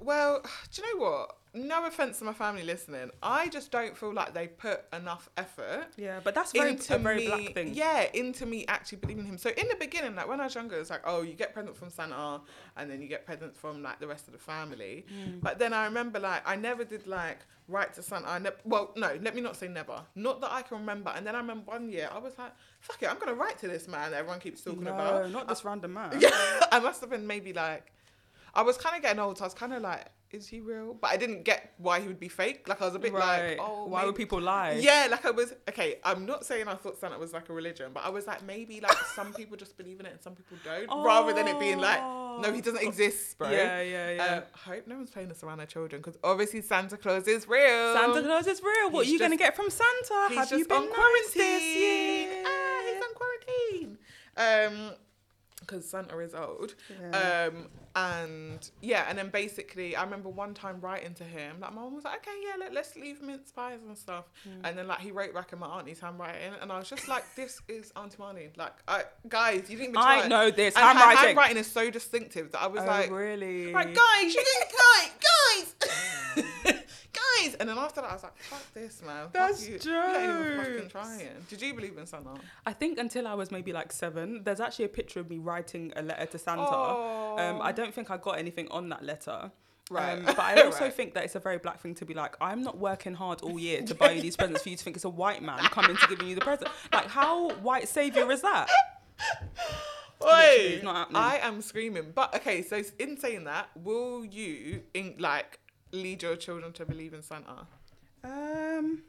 Speaker 2: Well, <sighs> do you know what? No offense to my family listening, I just don't feel like they put enough effort.
Speaker 1: Yeah, but that's very, a very
Speaker 2: me,
Speaker 1: black thing.
Speaker 2: Yeah, into me actually believing him. So in the beginning, like when I was younger, it's like, oh, you get presents from Santa, and then you get presents from like the rest of the family.
Speaker 1: Mm.
Speaker 2: But then I remember, like, I never did like write to Santa. I ne- well, no, let me not say never. Not that I can remember. And then I remember one year, I was like, fuck it, I'm gonna write to this man that everyone keeps talking
Speaker 1: no,
Speaker 2: about.
Speaker 1: not this random man.
Speaker 2: <laughs> Yeah, I must have been maybe like, I was kind of getting old, so I was kind of like, is he real? But I didn't get why he would be fake. Like I was a bit
Speaker 1: right.
Speaker 2: like, oh,
Speaker 1: Why would
Speaker 2: maybe-
Speaker 1: people lie?
Speaker 2: Yeah, like I was okay. I'm not saying I thought Santa was like a religion, but I was like maybe like some people just believe in it and some people don't, rather than it being like, no, he doesn't exist, bro.
Speaker 1: Oh. Yeah, yeah, yeah.
Speaker 2: Uh, I hope no one's playing this around their children because obviously Santa Claus is real.
Speaker 1: Santa Claus is real. What are
Speaker 2: he's
Speaker 1: you going to
Speaker 2: just-
Speaker 1: get from Santa?
Speaker 2: He's
Speaker 1: Have
Speaker 2: just
Speaker 1: you been
Speaker 2: on
Speaker 1: nice
Speaker 2: quarantine.
Speaker 1: this year?
Speaker 2: Ah, he's on quarantine. Um, because Santa is old.
Speaker 1: Yeah.
Speaker 2: Um, and yeah, and then basically, I remember one time writing to him, like my mum was like, "Okay, yeah, let, let's leave mince pies and stuff."
Speaker 1: Hmm.
Speaker 2: And then like he wrote back in my auntie's handwriting, and I was just like, "This is Auntie Marlene." Like, I, guys, you didn't even.
Speaker 1: I
Speaker 2: try.
Speaker 1: know this
Speaker 2: And her
Speaker 1: handwriting.
Speaker 2: handwriting is so distinctive that I was
Speaker 1: Oh,
Speaker 2: like,
Speaker 1: really?
Speaker 2: Right, guys, you didn't
Speaker 1: <laughs>
Speaker 2: like, guys, <laughs> guys. And then after that, I was like, fuck this, man. Fuck
Speaker 1: That's
Speaker 2: you. You ain't even fucking
Speaker 1: jokes.
Speaker 2: trying. Did you believe in Santa?
Speaker 1: I think until I was maybe like seven, there's actually a picture of me writing a letter to Santa.
Speaker 2: Oh.
Speaker 1: Um, I don't think I got anything on that letter.
Speaker 2: Right.
Speaker 1: <laughs> Um, but I also
Speaker 2: Right.
Speaker 1: think that it's a very black thing to be like, I'm not working hard all year to buy you these presents for you to think it's a white man coming to giving you the present. Like, how white savior is that?
Speaker 2: Oi,
Speaker 1: it's not happening.
Speaker 2: I am screaming. But okay, so in saying that, will you in like lead your children to believe in Santa?
Speaker 1: Um,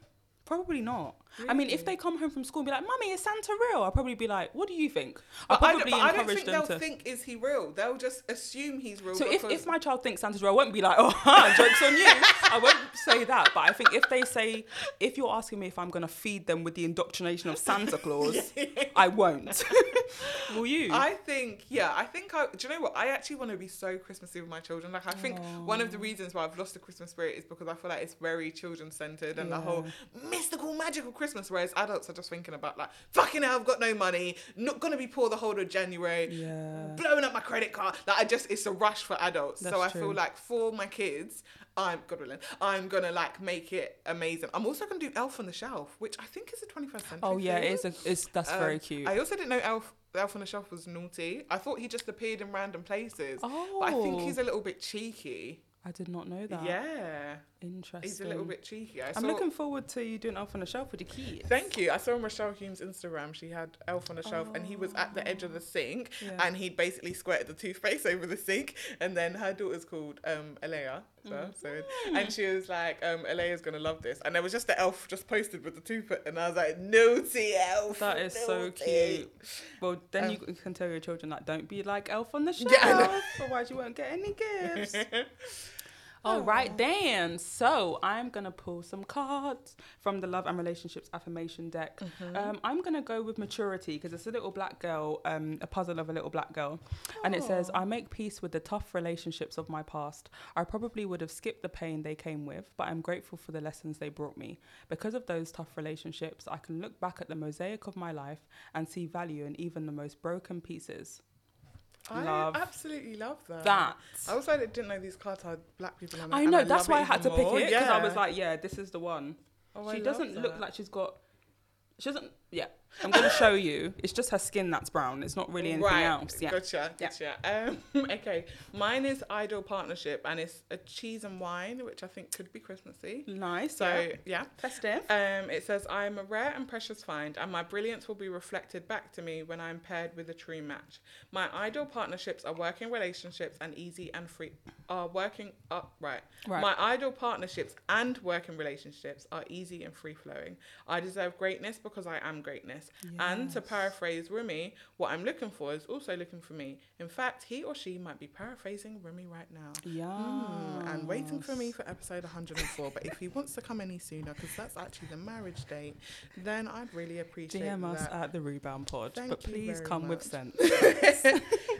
Speaker 1: probably not. I mean, if they come home from school and be like, "Mummy, is Santa real?" I'll probably be like, "What do you think?" I'll
Speaker 2: But I, don't,
Speaker 1: probably
Speaker 2: but I don't
Speaker 1: encourage
Speaker 2: think they'll
Speaker 1: them to.
Speaker 2: think is he real. They'll just assume he's real.
Speaker 1: So if,
Speaker 2: because-
Speaker 1: if my child thinks Santa's real, I won't be like, <laughs> oh, ha, joke's on you. I won't say that. But I think if they say, if you're asking me if I'm going to feed them with the indoctrination of
Speaker 2: <laughs>
Speaker 1: Santa Claus, I won't. <laughs> Will you?
Speaker 2: I think, yeah, I think I. Do you know what? I actually want to be so Christmassy with my children. Like, I think one of the reasons why I've lost the Christmas spirit is because I feel like it's very children centered and the whole mystical, magical Christmas. Whereas adults are just thinking about like, fucking hell, I've got no money, not gonna be poor the whole of January,
Speaker 1: Yeah.
Speaker 2: blowing up my credit card. Like, I just it's a rush for adults.
Speaker 1: That's
Speaker 2: so I
Speaker 1: true.
Speaker 2: feel like for my kids. I'm God willing. I'm gonna like make it amazing. I'm also gonna do Elf on the Shelf, which I think is a 21st century.
Speaker 1: oh, yeah,
Speaker 2: thing.
Speaker 1: it's, a, it's that's
Speaker 2: Um,
Speaker 1: very cute.
Speaker 2: I also didn't know Elf Elf on the Shelf was naughty. I thought he just appeared in random places.
Speaker 1: oh,
Speaker 2: But I think he's a little bit cheeky.
Speaker 1: I did not know that.
Speaker 2: Yeah.
Speaker 1: Interesting.
Speaker 2: He's a little bit cheeky. I
Speaker 1: I'm
Speaker 2: saw-
Speaker 1: looking forward to you doing Elf on the Shelf with your kids.
Speaker 2: Thank you. I saw on Rochelle Hume's Instagram she had Elf on the Shelf and he was at the edge of the sink
Speaker 1: Yeah.
Speaker 2: and he'd basically squirted the toothpaste over the sink and then her daughter's called um Alea. So,
Speaker 1: Mm.
Speaker 2: so- and she was like, um, Alea's gonna love this. And there was just the elf just posted with the toothpaste and I was like, Naughty elf.
Speaker 1: That is so
Speaker 2: naughty."
Speaker 1: cute. Well, then you can tell your children like, don't be like Elf on the Shelf,
Speaker 2: <laughs> Yeah, I know.
Speaker 1: otherwise you won't get any gifts.
Speaker 2: Oh,
Speaker 1: All right, then. So I'm gonna pull some cards from the love and relationships affirmation deck.
Speaker 2: Mm-hmm.
Speaker 1: Um, I'm gonna go with maturity because it's a little black girl, um, a puzzle of a little black girl, and it says, "I make peace with the tough relationships of my past. I probably would have skipped the pain they came with, but I'm grateful for the lessons they brought me. Because of those tough relationships, I can look back at the mosaic of my life and see value in even the most broken pieces."
Speaker 2: I
Speaker 1: Love
Speaker 2: absolutely love that.
Speaker 1: That.
Speaker 2: I also didn't know these cards had black people on it.
Speaker 1: I
Speaker 2: Oh, and
Speaker 1: know. that's
Speaker 2: love
Speaker 1: why I
Speaker 2: it
Speaker 1: had to
Speaker 2: even
Speaker 1: pick
Speaker 2: more.
Speaker 1: it because I was
Speaker 2: Yeah.
Speaker 1: like, yeah, this is the one.
Speaker 2: Oh, I
Speaker 1: she
Speaker 2: love
Speaker 1: doesn't look
Speaker 2: that.
Speaker 1: like she's got. She doesn't. Yeah, I'm gonna show you. It's just her skin that's brown. It's not really anything else. Yeah.
Speaker 2: Gotcha.
Speaker 1: Yeah.
Speaker 2: Gotcha. Um, <laughs> okay. Mine is Idol Partnership and it's a cheese and wine, which I think could be Christmassy.
Speaker 1: Nice.
Speaker 2: So,
Speaker 1: yeah.
Speaker 2: yeah.
Speaker 1: festive.
Speaker 2: Um, it says, I am a rare and precious find, and my brilliance will be reflected back to me when I am paired with a true match. My ideal partnerships are working relationships and easy and free. Are working up right.
Speaker 1: Right.
Speaker 2: My ideal partnerships and working relationships are easy and free flowing. I deserve greatness because I am greatness. And to paraphrase Rumi, what I'm looking for is also looking for me. In fact, he or she might be paraphrasing Rumi right now.
Speaker 1: Yeah.
Speaker 2: Mm, and waiting for me for episode 104. but if he wants to come any sooner, because that's actually the marriage date, then I'd really appreciate
Speaker 1: DM us
Speaker 2: that.
Speaker 1: at the Rebound Pod,
Speaker 2: Thank
Speaker 1: but
Speaker 2: you
Speaker 1: please
Speaker 2: very
Speaker 1: come with
Speaker 2: much. <laughs>
Speaker 1: sense.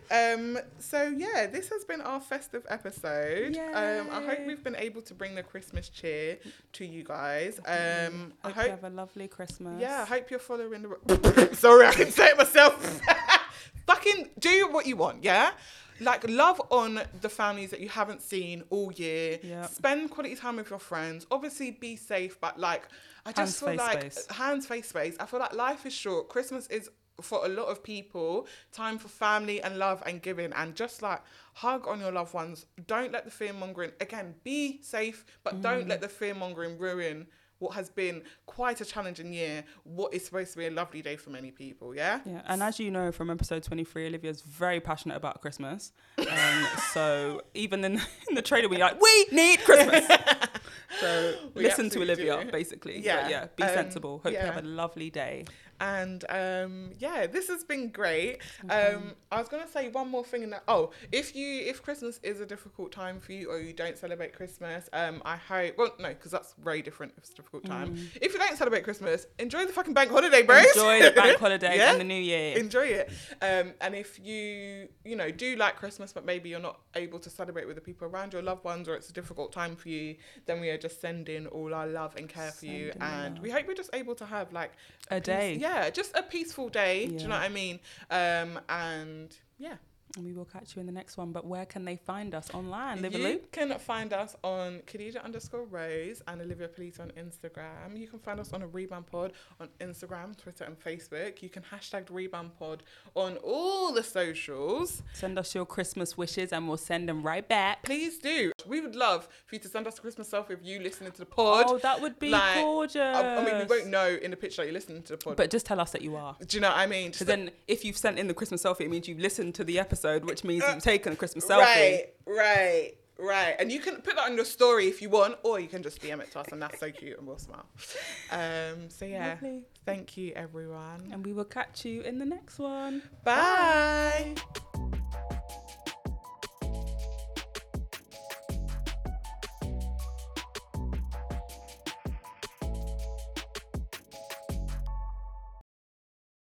Speaker 2: Um, so yeah, this has been our festive episode. Um, I
Speaker 1: Yay.
Speaker 2: hope we've been able to bring the Christmas cheer to you guys. Um, I
Speaker 1: Hope you
Speaker 2: hope,
Speaker 1: have a lovely Christmas.
Speaker 2: yeah, I hope you're following the. <laughs> Sorry, I can say it myself. <laughs> Fucking do what you want, yeah. Like love on the families that you haven't seen all year.
Speaker 1: Yeah.
Speaker 2: Spend quality time with your friends. Obviously, be safe, but like, I just
Speaker 1: Hands,
Speaker 2: feel
Speaker 1: face,
Speaker 2: like
Speaker 1: space.
Speaker 2: hands face space. I feel like life is short. Christmas is for a lot of people time for family and love and giving and just like hug on your loved ones. Don't let the fear mongering again be safe, but don't let the fear mongering ruin what has been quite a challenging year. What is supposed to be a lovely day for many people. Yeah.
Speaker 1: Yeah, and as you know from episode 23, Olivia's very passionate about Christmas.
Speaker 2: <laughs>
Speaker 1: Um, so even in, <laughs> in the trailer, we're like, we need Christmas.
Speaker 2: <laughs>
Speaker 1: so
Speaker 2: We
Speaker 1: listen to
Speaker 2: absolutely
Speaker 1: Olivia,
Speaker 2: do.
Speaker 1: basically. Yeah,
Speaker 2: Yeah,
Speaker 1: yeah. Be
Speaker 2: um,
Speaker 1: sensible. Hope you
Speaker 2: yeah.
Speaker 1: have a lovely day.
Speaker 2: and um yeah this has been great um i was gonna say one more thing in that oh if you if christmas is a difficult time for you or you don't celebrate christmas um i hope well no because that's very different if it's a difficult time if you don't celebrate christmas enjoy the fucking bank holiday bros
Speaker 1: Mm. Enjoy the bank holidays
Speaker 2: <laughs> Yeah?
Speaker 1: and the new year.
Speaker 2: enjoy it um and if you you know do like christmas but maybe you're not able to celebrate with the people around your loved ones or it's a difficult time for you then we are just sending all our love and care for you
Speaker 1: Sending our
Speaker 2: and
Speaker 1: love.
Speaker 2: we hope we're just able to have like
Speaker 1: A
Speaker 2: peace-
Speaker 1: day.
Speaker 2: yeah just a peaceful day do you know
Speaker 1: Yeah.
Speaker 2: what i mean um and yeah
Speaker 1: And we will catch you in the next one. But where can they find us online? Live a
Speaker 2: you
Speaker 1: loop.
Speaker 2: can find us on Khadija underscore Rose and Olivia Polito on Instagram. You can find us on a Rebound Pod on Instagram, Twitter, and Facebook. You can hashtag Rebound Pod on all the socials.
Speaker 1: Send us your Christmas wishes and we'll send them right back.
Speaker 2: Please do. We would love for you to send us a Christmas selfie of you listening to the pod.
Speaker 1: Oh, that would be gorgeous.
Speaker 2: I, I mean, we won't know in the picture that you're listening to the pod.
Speaker 1: But just tell us that you are.
Speaker 2: do you know what I mean? Just
Speaker 1: Because then, if you've sent in the Christmas selfie, it means you've listened to the episode, which means you've taken a Christmas selfie.
Speaker 2: Right, right. Right, and you can put that on your story if you want, or you can just DM it to us, and that's so cute, and we'll smile. Um, so yeah,
Speaker 1: Lovely.
Speaker 2: thank you everyone.
Speaker 1: And we will catch you in the next one.
Speaker 2: Bye.